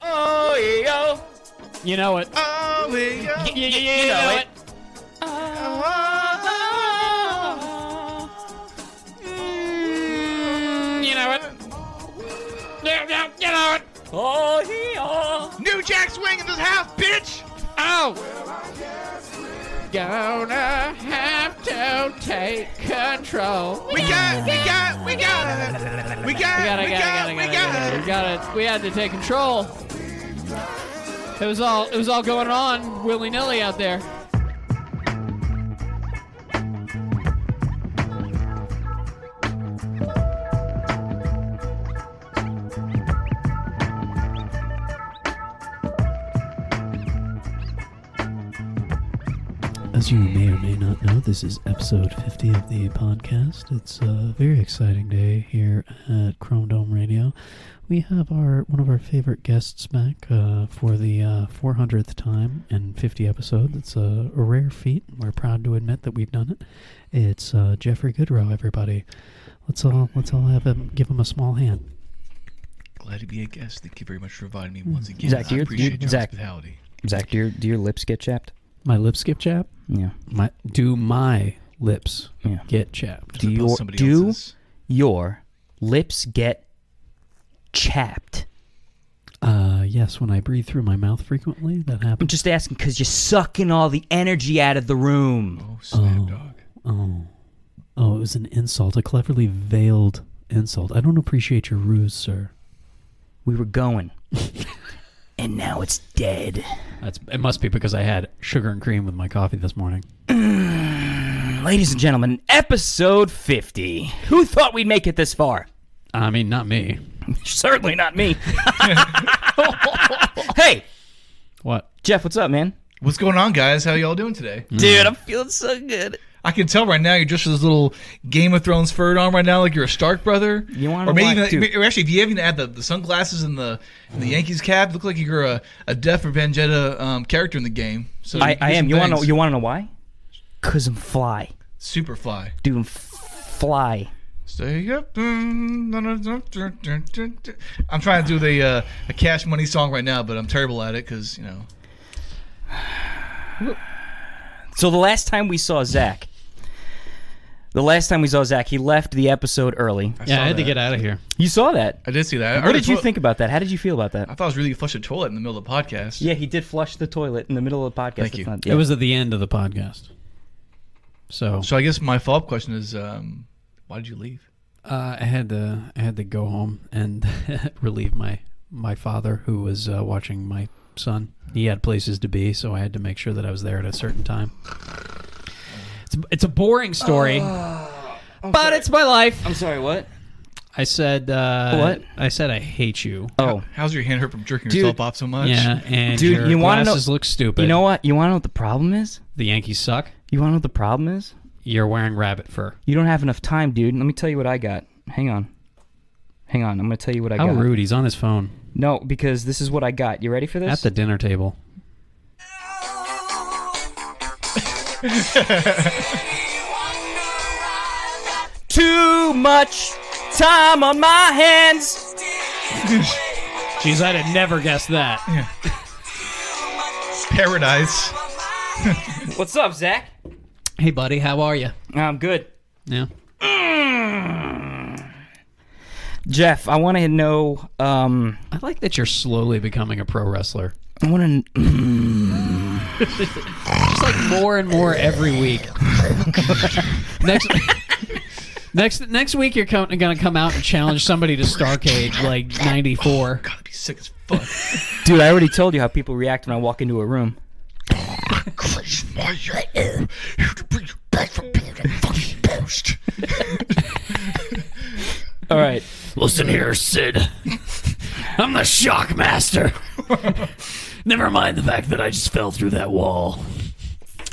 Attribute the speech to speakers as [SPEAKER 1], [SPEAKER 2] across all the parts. [SPEAKER 1] Oh, You know it.
[SPEAKER 2] Oh, we go.
[SPEAKER 1] You, you,
[SPEAKER 3] you know
[SPEAKER 1] know
[SPEAKER 3] it.
[SPEAKER 1] it.
[SPEAKER 3] Mm, you know it. You know- You know it.
[SPEAKER 1] Oh, hee, oh.
[SPEAKER 2] New Jack Swing in this house, bitch!
[SPEAKER 3] Oh. Gonna have to take control.
[SPEAKER 2] We got, we got, we got, we
[SPEAKER 1] We
[SPEAKER 2] got,
[SPEAKER 1] gotta, gotta,
[SPEAKER 2] we got,
[SPEAKER 1] gotta,
[SPEAKER 2] we
[SPEAKER 1] gotta, gotta, we
[SPEAKER 2] got.
[SPEAKER 1] gotta, we had to take control. It was all, it was all going on willy nilly out there.
[SPEAKER 4] As you may or may not know, this is episode 50 of the podcast. It's a very exciting day here at Chrome Dome Radio. We have our one of our favorite guests back uh, for the uh, 400th time in 50 episodes. It's a, a rare feat. We're proud to admit that we've done it. It's uh, Jeffrey Goodrow, everybody. Let's all let's all have him give him a small hand.
[SPEAKER 2] Glad to be a guest. Thank you very much for inviting me once again.
[SPEAKER 5] Mm. Zach, do
[SPEAKER 2] I
[SPEAKER 5] your-
[SPEAKER 2] appreciate
[SPEAKER 5] do-
[SPEAKER 2] your
[SPEAKER 5] Zach.
[SPEAKER 2] hospitality.
[SPEAKER 5] Zach, do your do your lips get chapped?
[SPEAKER 4] My lips skip chap.
[SPEAKER 5] Yeah.
[SPEAKER 4] My do my lips
[SPEAKER 5] Yeah.
[SPEAKER 4] get chapped?
[SPEAKER 5] Do
[SPEAKER 2] About
[SPEAKER 5] your
[SPEAKER 2] somebody
[SPEAKER 5] do
[SPEAKER 2] else's.
[SPEAKER 5] your lips get chapped?
[SPEAKER 4] Uh, yes, when I breathe through my mouth frequently, that
[SPEAKER 5] I'm
[SPEAKER 4] happens.
[SPEAKER 5] just asking because you're sucking all the energy out of the room.
[SPEAKER 2] Oh, snap, dog.
[SPEAKER 4] Oh. Oh, it was an insult, a cleverly veiled insult. I don't appreciate your ruse, sir.
[SPEAKER 5] We were going, and now it's dead.
[SPEAKER 4] That's it must be because I had sugar and cream with my coffee this morning.
[SPEAKER 5] Ladies and gentlemen, episode 50. Who thought we'd make it this far?
[SPEAKER 4] I mean, not me.
[SPEAKER 5] Certainly not me. hey,
[SPEAKER 4] What?
[SPEAKER 5] Jeff, what's up, man?
[SPEAKER 2] What's going on, guys? How y'all doing today?
[SPEAKER 5] Dude, I'm feeling so good.
[SPEAKER 2] I can tell right now you're just this little Game of Thrones furred on right now, like you're a Stark brother.
[SPEAKER 5] You wanna
[SPEAKER 2] or maybe
[SPEAKER 5] watch- Mm.
[SPEAKER 2] even,
[SPEAKER 5] dude.
[SPEAKER 2] or actually, if you even add the, the sunglasses and the and the Yankees cap, look like you're a, a Death or Vendetta um, character in the game. So
[SPEAKER 5] I,
[SPEAKER 2] can
[SPEAKER 5] I
[SPEAKER 2] do some
[SPEAKER 5] am. You want to
[SPEAKER 2] things.
[SPEAKER 5] you want to know why? Cause I'm fly,
[SPEAKER 2] Superfly.
[SPEAKER 5] dude. I'm f- fly.
[SPEAKER 2] Stay up. I'm trying to do the uh, a Cash Money song right now, but I'm terrible at it because you know.
[SPEAKER 5] So the last time we saw Zach, the last time we saw Zach, he left the episode early.
[SPEAKER 2] I
[SPEAKER 4] yeah,
[SPEAKER 2] saw
[SPEAKER 4] I had to
[SPEAKER 2] that.
[SPEAKER 4] get out of here.
[SPEAKER 5] You saw that.
[SPEAKER 2] I did see that. I
[SPEAKER 5] What
[SPEAKER 2] heard
[SPEAKER 5] did
[SPEAKER 2] a
[SPEAKER 5] you
[SPEAKER 2] toi-
[SPEAKER 5] think about that? How did you feel about
[SPEAKER 2] I
[SPEAKER 5] that?
[SPEAKER 2] thought I was really flush a toilet in the middle of the podcast.
[SPEAKER 5] Yeah, he did flush the toilet in the middle of the podcast.
[SPEAKER 2] Thank
[SPEAKER 5] It's
[SPEAKER 2] you.
[SPEAKER 5] not- yeah.
[SPEAKER 4] It was at the end of the podcast. So
[SPEAKER 2] So I guess my follow up question is, um, why did you leave?
[SPEAKER 4] uh, I had to I had to go home and relieve my my father who was uh, watching my son. He had places to be, so I had to make sure that I was there at a certain time. It's it's a boring story,
[SPEAKER 5] Ah,
[SPEAKER 4] but it's my life.
[SPEAKER 5] I'm sorry. What?
[SPEAKER 4] I said uh,
[SPEAKER 5] What?
[SPEAKER 4] I said I hate you.
[SPEAKER 5] Oh,
[SPEAKER 2] How's your hand hurt from jerking
[SPEAKER 5] Dude.
[SPEAKER 2] yourself off so much?
[SPEAKER 4] Yeah, and
[SPEAKER 5] Dude,
[SPEAKER 4] your
[SPEAKER 5] you wanna know-
[SPEAKER 4] glasses look stupid.
[SPEAKER 5] you know what? You want to know what the problem is?
[SPEAKER 4] the Yankees suck.
[SPEAKER 5] You want to know what the problem is?
[SPEAKER 4] You're wearing rabbit fur.
[SPEAKER 5] You don't have enough time, dude. Let me tell you what I got. Hang on. Hang on. I'm gonna tell you what I
[SPEAKER 4] How
[SPEAKER 5] got.
[SPEAKER 4] rude! He's on his phone
[SPEAKER 5] No, because this is what I got. You ready for
[SPEAKER 4] at
[SPEAKER 5] this?
[SPEAKER 4] the dinner table.
[SPEAKER 5] Too much time on my hands.
[SPEAKER 4] Jeez, I'd have never guessed that.
[SPEAKER 2] Paradise.
[SPEAKER 5] What's up, Zach?
[SPEAKER 4] Hey, buddy, how are you?
[SPEAKER 5] I'm good.
[SPEAKER 4] Yeah.
[SPEAKER 5] Jeff, I want to know. Um,
[SPEAKER 4] I like that you're slowly becoming a pro wrestler.
[SPEAKER 5] I want to.
[SPEAKER 4] Just like more and more every week. next, next, next week you're co- gonna come out and challenge somebody to Starcade like '94.
[SPEAKER 2] Gotta be sick as fuck.
[SPEAKER 5] Dude, I already told you how people react when I walk into a room.
[SPEAKER 2] Grace my ear to bring you back from being a fucking post.
[SPEAKER 5] All right.
[SPEAKER 4] Listen here, Sid. I'm the shock master. Never mind the fact that I just fell through that wall.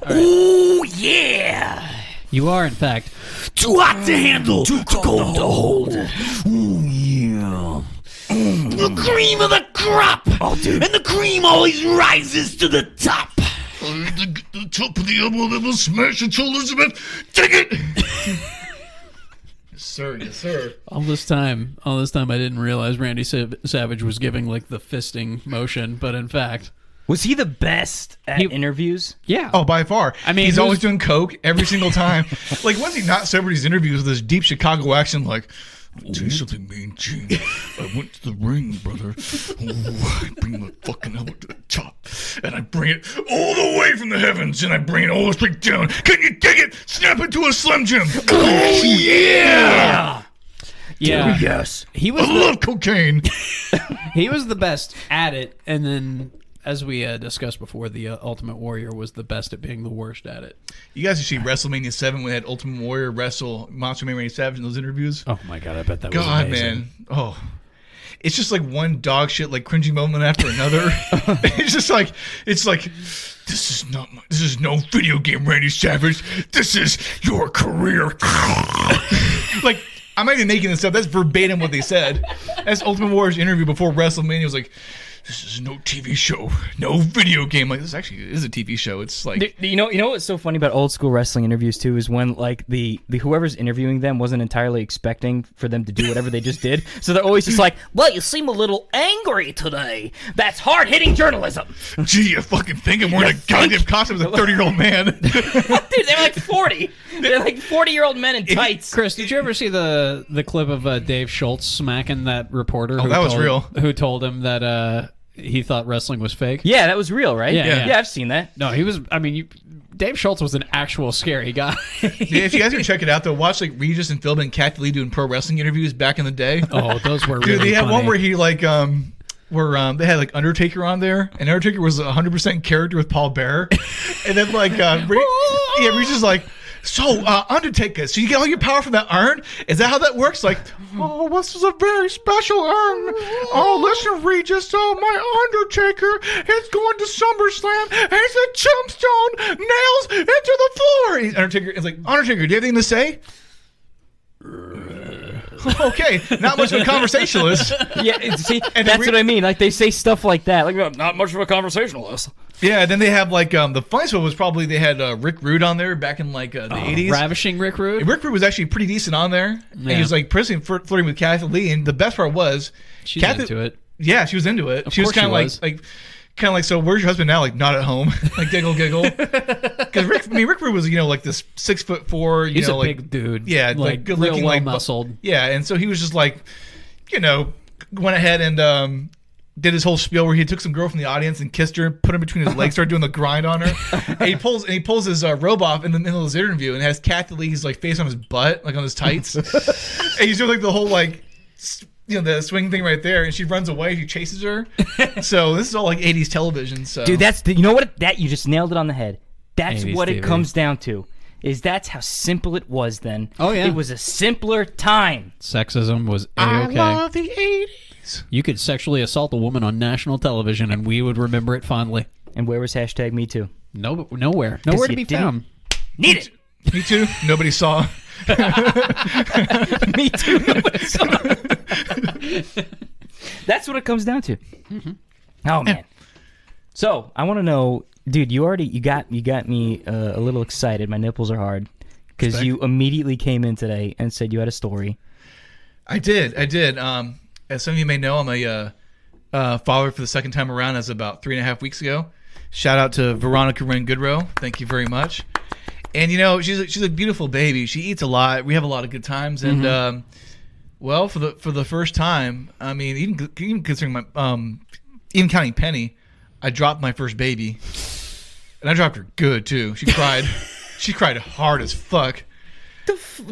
[SPEAKER 6] Oh yeah!
[SPEAKER 4] You are, in fact.
[SPEAKER 6] Too hot to handle, too cold to hold. Ooh yeah. The cream of the crop! Oh, dude. And the cream always rises to the top.
[SPEAKER 2] the, the top of the elbow that will smash until Elizabeth. Take it! yes, sir. Yes, sir.
[SPEAKER 4] All this time, all this time, I didn't realize Randy Sav- Savage was giving like the fisting motion, but in fact,
[SPEAKER 5] Was he the best at
[SPEAKER 1] He-
[SPEAKER 5] interviews?
[SPEAKER 1] Yeah.
[SPEAKER 2] Oh, by far.
[SPEAKER 1] I mean,
[SPEAKER 2] he's
[SPEAKER 1] who's-
[SPEAKER 2] always doing coke every single time. like, when's he not sober? in These interviews with this deep Chicago accent, like. I'll Tell you something, man, Gene. I went to the ring, brother. Ooh, I bring the fucking hell to the top, and I bring it all the way from the heavens, and I bring it all the straight down. Can you dig it? Snap into a slim jim. Oh yeah!
[SPEAKER 1] yeah.
[SPEAKER 6] Yes.
[SPEAKER 1] He was
[SPEAKER 2] I love cocaine.
[SPEAKER 1] he was the best at it, and then as we uh, discussed before, the uh, Ultimate Warrior was the best at being the worst at it.
[SPEAKER 2] You guys have seen WrestleMania Seven when they had Ultimate Warrior wrestle Macho Man Randy Savage in those interviews.
[SPEAKER 4] Oh my god, I bet that was
[SPEAKER 2] God,
[SPEAKER 4] amazing.
[SPEAKER 2] man. Oh. It's just like one dog shit, like cringy moment after another. it's just like, it's like, this is not my, this is no video game, Randy Savage. This is your career. like, I'm not even making this up. That's verbatim what they said. That's Ultimate Warrior's interview before WrestleMania. It was like, this is no TV show, no video game. Like, this actually is a TV show. It's like,
[SPEAKER 5] Do- do You know, you know what's so funny about old school wrestling interviews too is when like the, the whoever's interviewing them wasn't entirely expecting for them to do whatever they just did, so they're always just like, "Well, you seem a little angry today. That's hard hitting journalism,
[SPEAKER 2] gee, you fucking think I'm wearing a goddamn costume as a 30 year old man.
[SPEAKER 5] dude." They're like forty. They're like forty year old men in tights.
[SPEAKER 1] Chris, did you ever see the the clip of uh, Dave Schultz smacking that reporter? who
[SPEAKER 2] Oh, that was
[SPEAKER 1] told-
[SPEAKER 2] real.
[SPEAKER 1] Who told him that uh, he thought wrestling was fake?
[SPEAKER 5] Yeah, that was real, right?
[SPEAKER 1] Yeah, yeah.
[SPEAKER 5] yeah I've seen that.
[SPEAKER 1] No, he was. I mean, you, Dave Schultz was an actual scary guy.
[SPEAKER 2] Yeah, if you guys can check it out, though, watch like Regis and Philbin and Kathy Lee doing pro wrestling interviews back in the day.
[SPEAKER 1] oh, those were really
[SPEAKER 2] Dude, they had
[SPEAKER 1] funny.
[SPEAKER 2] one where he like um where um they had like Undertaker on there, and Undertaker was hundred percent character with Paul Bear, and then like uh, Re- yeah, Regis is like. So, uh, Undertaker, so you get all your power from that urn? Is that how that works? Like, oh, this is a very special urn. Oh, listen, Regis, oh, my Undertaker is going to SummerSlam as a tombstone nails into the floor. He's- Undertaker is like, Undertaker, do you have anything to say? okay, not much of a conversationalist.
[SPEAKER 5] Yeah, it- see,
[SPEAKER 2] And
[SPEAKER 5] that's
[SPEAKER 2] the re-
[SPEAKER 5] what I mean. Like they say stuff like that. Like "Well, not much of a conversationalist.
[SPEAKER 2] Yeah, then they have like um the funniest one was probably they had uh, Rick Rude on there back in like uh, the eighties.
[SPEAKER 1] Oh, ravishing Rick Rude.
[SPEAKER 2] Rick Rude was actually pretty decent on there. And he was like personally flir- flirting with Kathy Lee, and the best part was
[SPEAKER 1] She's
[SPEAKER 2] Kathy-
[SPEAKER 1] into it.
[SPEAKER 2] Yeah, she was into it. she was
[SPEAKER 1] course she
[SPEAKER 2] kind of like
[SPEAKER 1] was.
[SPEAKER 2] like kind of like so. Where's your husband now? Like not at home. like giggle giggle. Because Rick, I mean Rick Rude was you know like this six foot four. You
[SPEAKER 1] He's
[SPEAKER 2] know
[SPEAKER 1] a
[SPEAKER 2] like
[SPEAKER 1] big dude.
[SPEAKER 2] yeah, like,
[SPEAKER 1] like
[SPEAKER 2] good
[SPEAKER 1] real
[SPEAKER 2] looking,
[SPEAKER 1] well
[SPEAKER 2] like bu-
[SPEAKER 1] muscled.
[SPEAKER 2] Yeah, and so he was just like, you know, went ahead and um, did his whole spiel where he took some girl from the audience and kissed her, and put her between his legs, started doing the grind on her. and he pulls and he pulls his uh, robe off in the middle of his interview and has Kathy Lee's like face on his butt, like on his tights, and he's doing like the whole like. s- You know the swing thing right there, and she runs away. He chases her. so this is all like '80s television. So
[SPEAKER 5] Dude, that's the, you know what that you just nailed it on the head. That's
[SPEAKER 1] 80s
[SPEAKER 5] what
[SPEAKER 1] TV.
[SPEAKER 5] it comes down to. Is that's how simple it was then.
[SPEAKER 1] Oh, yeah.
[SPEAKER 5] It was a simpler time.
[SPEAKER 1] Sexism was a okay.
[SPEAKER 2] I love the '80s.
[SPEAKER 1] You could sexually assault a woman on national television, and we would remember it fondly.
[SPEAKER 5] And where was hashtag me too?
[SPEAKER 1] No, nowhere, nowhere to
[SPEAKER 5] you
[SPEAKER 1] be
[SPEAKER 5] didn't-
[SPEAKER 1] found.
[SPEAKER 5] Need it.
[SPEAKER 2] Me too. Nobody saw.
[SPEAKER 5] me too. that's what it comes down to.
[SPEAKER 1] Mm-hmm.
[SPEAKER 5] Oh man. So I want to know, dude. You already you got you got me uh, a little excited. My nipples are hard because you immediately came in today and said you had a story.
[SPEAKER 2] I did. I did. Um, as some of you may know, I'm a uh, uh, father for the second time around as about three and a half weeks ago. Shout out to Veronica Wren Goodrow. Thank you very much. And you know, she's a, she's a beautiful baby. She eats a lot. We have a lot of good times. And um, well, for the for the first time, I mean, even even considering my um, even counting Penny, I dropped my first baby, and I dropped her good too. She cried. she cried hard as fuck.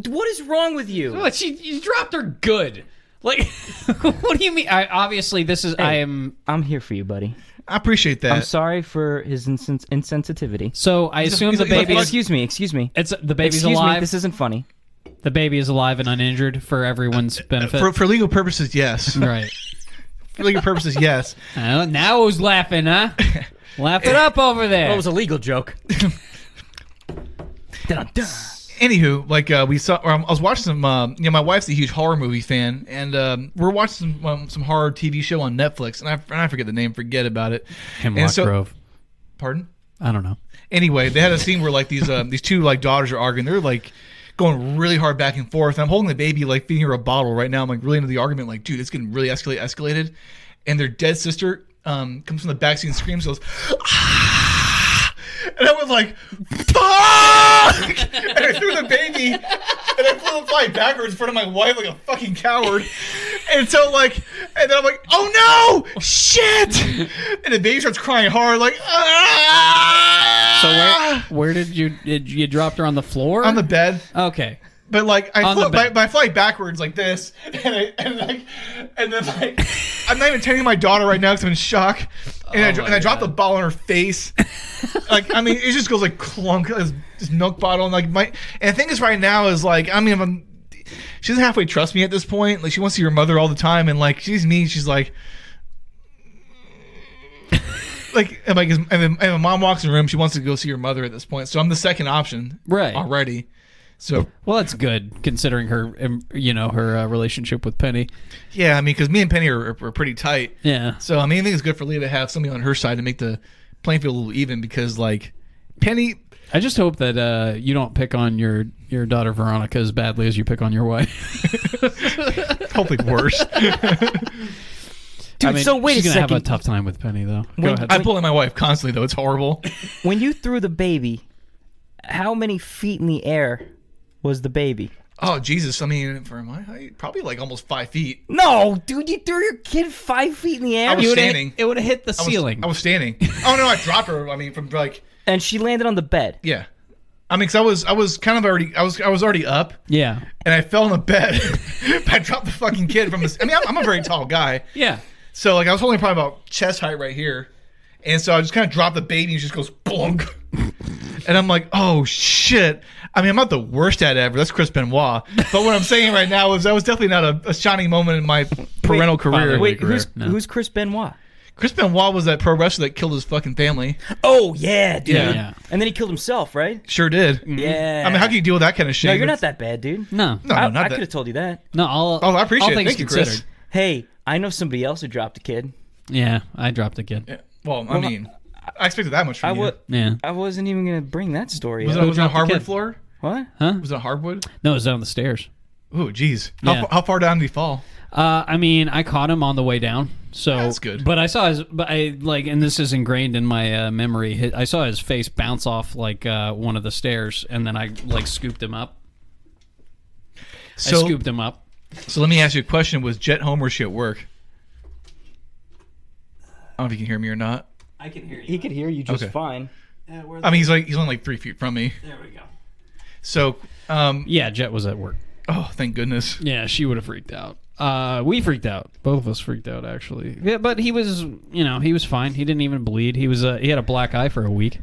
[SPEAKER 5] What is wrong with you?
[SPEAKER 1] But she, you dropped her good. Like, what do you mean? I, obviously, this is. I am.
[SPEAKER 5] I'm here for you, buddy.
[SPEAKER 2] I appreciate that.
[SPEAKER 1] Uh,
[SPEAKER 5] I'm sorry for his insens- insensitivity.
[SPEAKER 1] So I assume
[SPEAKER 2] he's a-
[SPEAKER 1] the
[SPEAKER 2] he's a
[SPEAKER 1] baby.
[SPEAKER 2] fuck-
[SPEAKER 1] Is,
[SPEAKER 5] Excuse me, excuse me.
[SPEAKER 1] it's the baby's
[SPEAKER 5] excuse me,
[SPEAKER 1] alive.
[SPEAKER 5] this isn't funny.
[SPEAKER 1] the baby is alive and uninjured for
[SPEAKER 2] Uh,
[SPEAKER 1] everyone's benefit.
[SPEAKER 2] for, for legal purposes, yes.
[SPEAKER 1] right.
[SPEAKER 2] for legal purposes, yes.
[SPEAKER 1] Oh, now who's laughing, huh? Laugh it up over there.
[SPEAKER 5] a legal joke.
[SPEAKER 2] anywho, like uh, we saw, or I was watching some. Um, you know, my wife's a huge horror movie fan, and um, we're watching some, um, some horror TV show on Netflix, and I, and I forget the name, forget about it.
[SPEAKER 4] Hemlock
[SPEAKER 2] And so-
[SPEAKER 4] Grove.
[SPEAKER 2] Pardon.
[SPEAKER 4] I don't know.
[SPEAKER 2] Anyway, they had a scene where like these um, these two like daughters are arguing. They're like going really hard back and forth. And I'm holding the baby, like feeding her a bottle right now. I'm like really into the argument, like dude, it's getting really escalate escalated. And their dead sister um, comes from the backseat and screams, goes, "Ah!" and I was like, fuck! and I threw the baby, and I flew the fly backwards in front of my wife like a fucking coward. And so, like, and then I'm like, oh no, shit! And the baby starts crying hard, like, ah!
[SPEAKER 1] So where where did you did you you dropped her on the floor?
[SPEAKER 2] on the bed,
[SPEAKER 1] okay.
[SPEAKER 2] but like I
[SPEAKER 1] On the
[SPEAKER 2] flew, my,
[SPEAKER 1] bed.
[SPEAKER 2] my flight backwards like this, and I, and like and then like I'm not even telling my daughter right now because I'm in shock, and
[SPEAKER 1] Oh
[SPEAKER 2] I dro- and I dropped the ball on her face. like I mean, it just goes like clunk this, this milk bottle, and like my and the thing is right now is like I mean if I'm she doesn't halfway trust me at this point. Like she wants to see her mother all the time, and like she's me. She's like, like and like, is- and then, and then mom walks in the room. She wants to go see her mother at this point. So I'm the second option,
[SPEAKER 1] Right.
[SPEAKER 2] Already, so
[SPEAKER 1] Well, that's good considering her um, you know her uh, relationship with Penny.
[SPEAKER 2] yeah. I mean, because me and Penny are, are pretty tight.
[SPEAKER 1] Yeah.
[SPEAKER 2] So I mean, I think it's good for Leah to have somebody on her side to make the playing field a little even because like Penny.
[SPEAKER 1] I just hope that uh, you don't pick on your your daughter Veronica as badly as you pick on your wife.
[SPEAKER 2] Probably worse.
[SPEAKER 5] Dude,
[SPEAKER 1] I mean,
[SPEAKER 5] so wait
[SPEAKER 1] she's
[SPEAKER 5] a
[SPEAKER 1] gonna
[SPEAKER 5] second.
[SPEAKER 1] have a tough time with Penny though. Go
[SPEAKER 5] Wait,
[SPEAKER 1] ahead.
[SPEAKER 2] I'm pulling my wife constantly though. It's horrible.
[SPEAKER 5] when you threw the baby, how many feet in the air was the baby?
[SPEAKER 2] Oh Jesus! I mean, for my height, probably like almost five feet.
[SPEAKER 5] No, dude, you threw your kid five feet in the air,
[SPEAKER 2] I was
[SPEAKER 5] dude,
[SPEAKER 2] standing.
[SPEAKER 1] It would have hit the
[SPEAKER 2] was-
[SPEAKER 1] ceiling.
[SPEAKER 2] I was standing. Oh no, I dropped her. I mean, from like
[SPEAKER 5] and she landed on the bed.
[SPEAKER 2] yeah. I mean, 'cause I was I was kind of already I was I was already up,
[SPEAKER 1] yeah.
[SPEAKER 2] and I fell on the bed. I dropped the fucking kid from this. I mean, I'm, I'm a very tall guy,
[SPEAKER 1] Yeah.
[SPEAKER 2] so like I was only probably about chest height right here, and so I just kind of dropped the baby, and she just goes blunk. And I'm like, oh shit. I mean, I'm not the worst at it ever. That's Chris Benoit. But what I'm saying right now is that was definitely not a, a shining moment in my parental career.
[SPEAKER 5] Wait,
[SPEAKER 1] career,
[SPEAKER 5] who's
[SPEAKER 1] no.
[SPEAKER 5] who's Chris Benoit?
[SPEAKER 2] Chris Benoit was that pro wrestler that killed his fucking family.
[SPEAKER 5] Oh yeah, dude.
[SPEAKER 1] Yeah.
[SPEAKER 5] And then he killed himself, right?
[SPEAKER 2] Sure did.
[SPEAKER 5] Yeah.
[SPEAKER 2] I mean, how can you deal with that kind of shit?
[SPEAKER 5] No, you're not that bad, dude.
[SPEAKER 1] No.
[SPEAKER 2] No,
[SPEAKER 5] I,
[SPEAKER 2] no, not
[SPEAKER 5] I
[SPEAKER 2] that.
[SPEAKER 5] could have told you that.
[SPEAKER 1] No. All,
[SPEAKER 2] Oh, I appreciate
[SPEAKER 1] all
[SPEAKER 2] it.
[SPEAKER 1] things
[SPEAKER 2] Thank you, Chris.
[SPEAKER 1] considered.
[SPEAKER 5] Hey, I know somebody else who dropped a kid.
[SPEAKER 1] Yeah. I dropped a kid.
[SPEAKER 2] Well, I mean, I expected that much from
[SPEAKER 5] I
[SPEAKER 2] you.
[SPEAKER 5] wa-
[SPEAKER 1] Yeah.
[SPEAKER 5] I wasn't even gonna bring that story.
[SPEAKER 2] was it,
[SPEAKER 5] up.
[SPEAKER 2] was it a
[SPEAKER 1] dropped the
[SPEAKER 2] hardwood
[SPEAKER 1] kid?
[SPEAKER 2] floor?
[SPEAKER 5] What?
[SPEAKER 2] Was it a hardwood?
[SPEAKER 1] No, it was down the stairs.
[SPEAKER 2] Ooh, jeez. How,
[SPEAKER 1] Yeah.
[SPEAKER 2] fa- how far down did he fall?
[SPEAKER 1] Uh, I mean, I caught him on the way down. So
[SPEAKER 2] That's good.
[SPEAKER 1] But I saw his, but I like, and this is ingrained in my uh, memory. hi- I saw his face bounce off like uh, one of the stairs, and then I like scooped him up. I
[SPEAKER 2] So,
[SPEAKER 1] scooped him up.
[SPEAKER 2] so let me ask you a question: Was Jet home or she at work? I don't know if you can hear me or not.
[SPEAKER 1] I can hear you.
[SPEAKER 5] He could hear you just
[SPEAKER 2] Okay.
[SPEAKER 5] fine.
[SPEAKER 2] I mean, he's like he's only like three feet from me.
[SPEAKER 1] There we go.
[SPEAKER 2] So, um,
[SPEAKER 1] Yeah, Jet was at work.
[SPEAKER 2] oh, thank goodness.
[SPEAKER 1] Yeah, she would have freaked out. Uh, we freaked out. Both of us freaked out actually. Yeah, but he was, you know, he was fine. He didn't even bleed. He was, uh, he had a black eye for a week.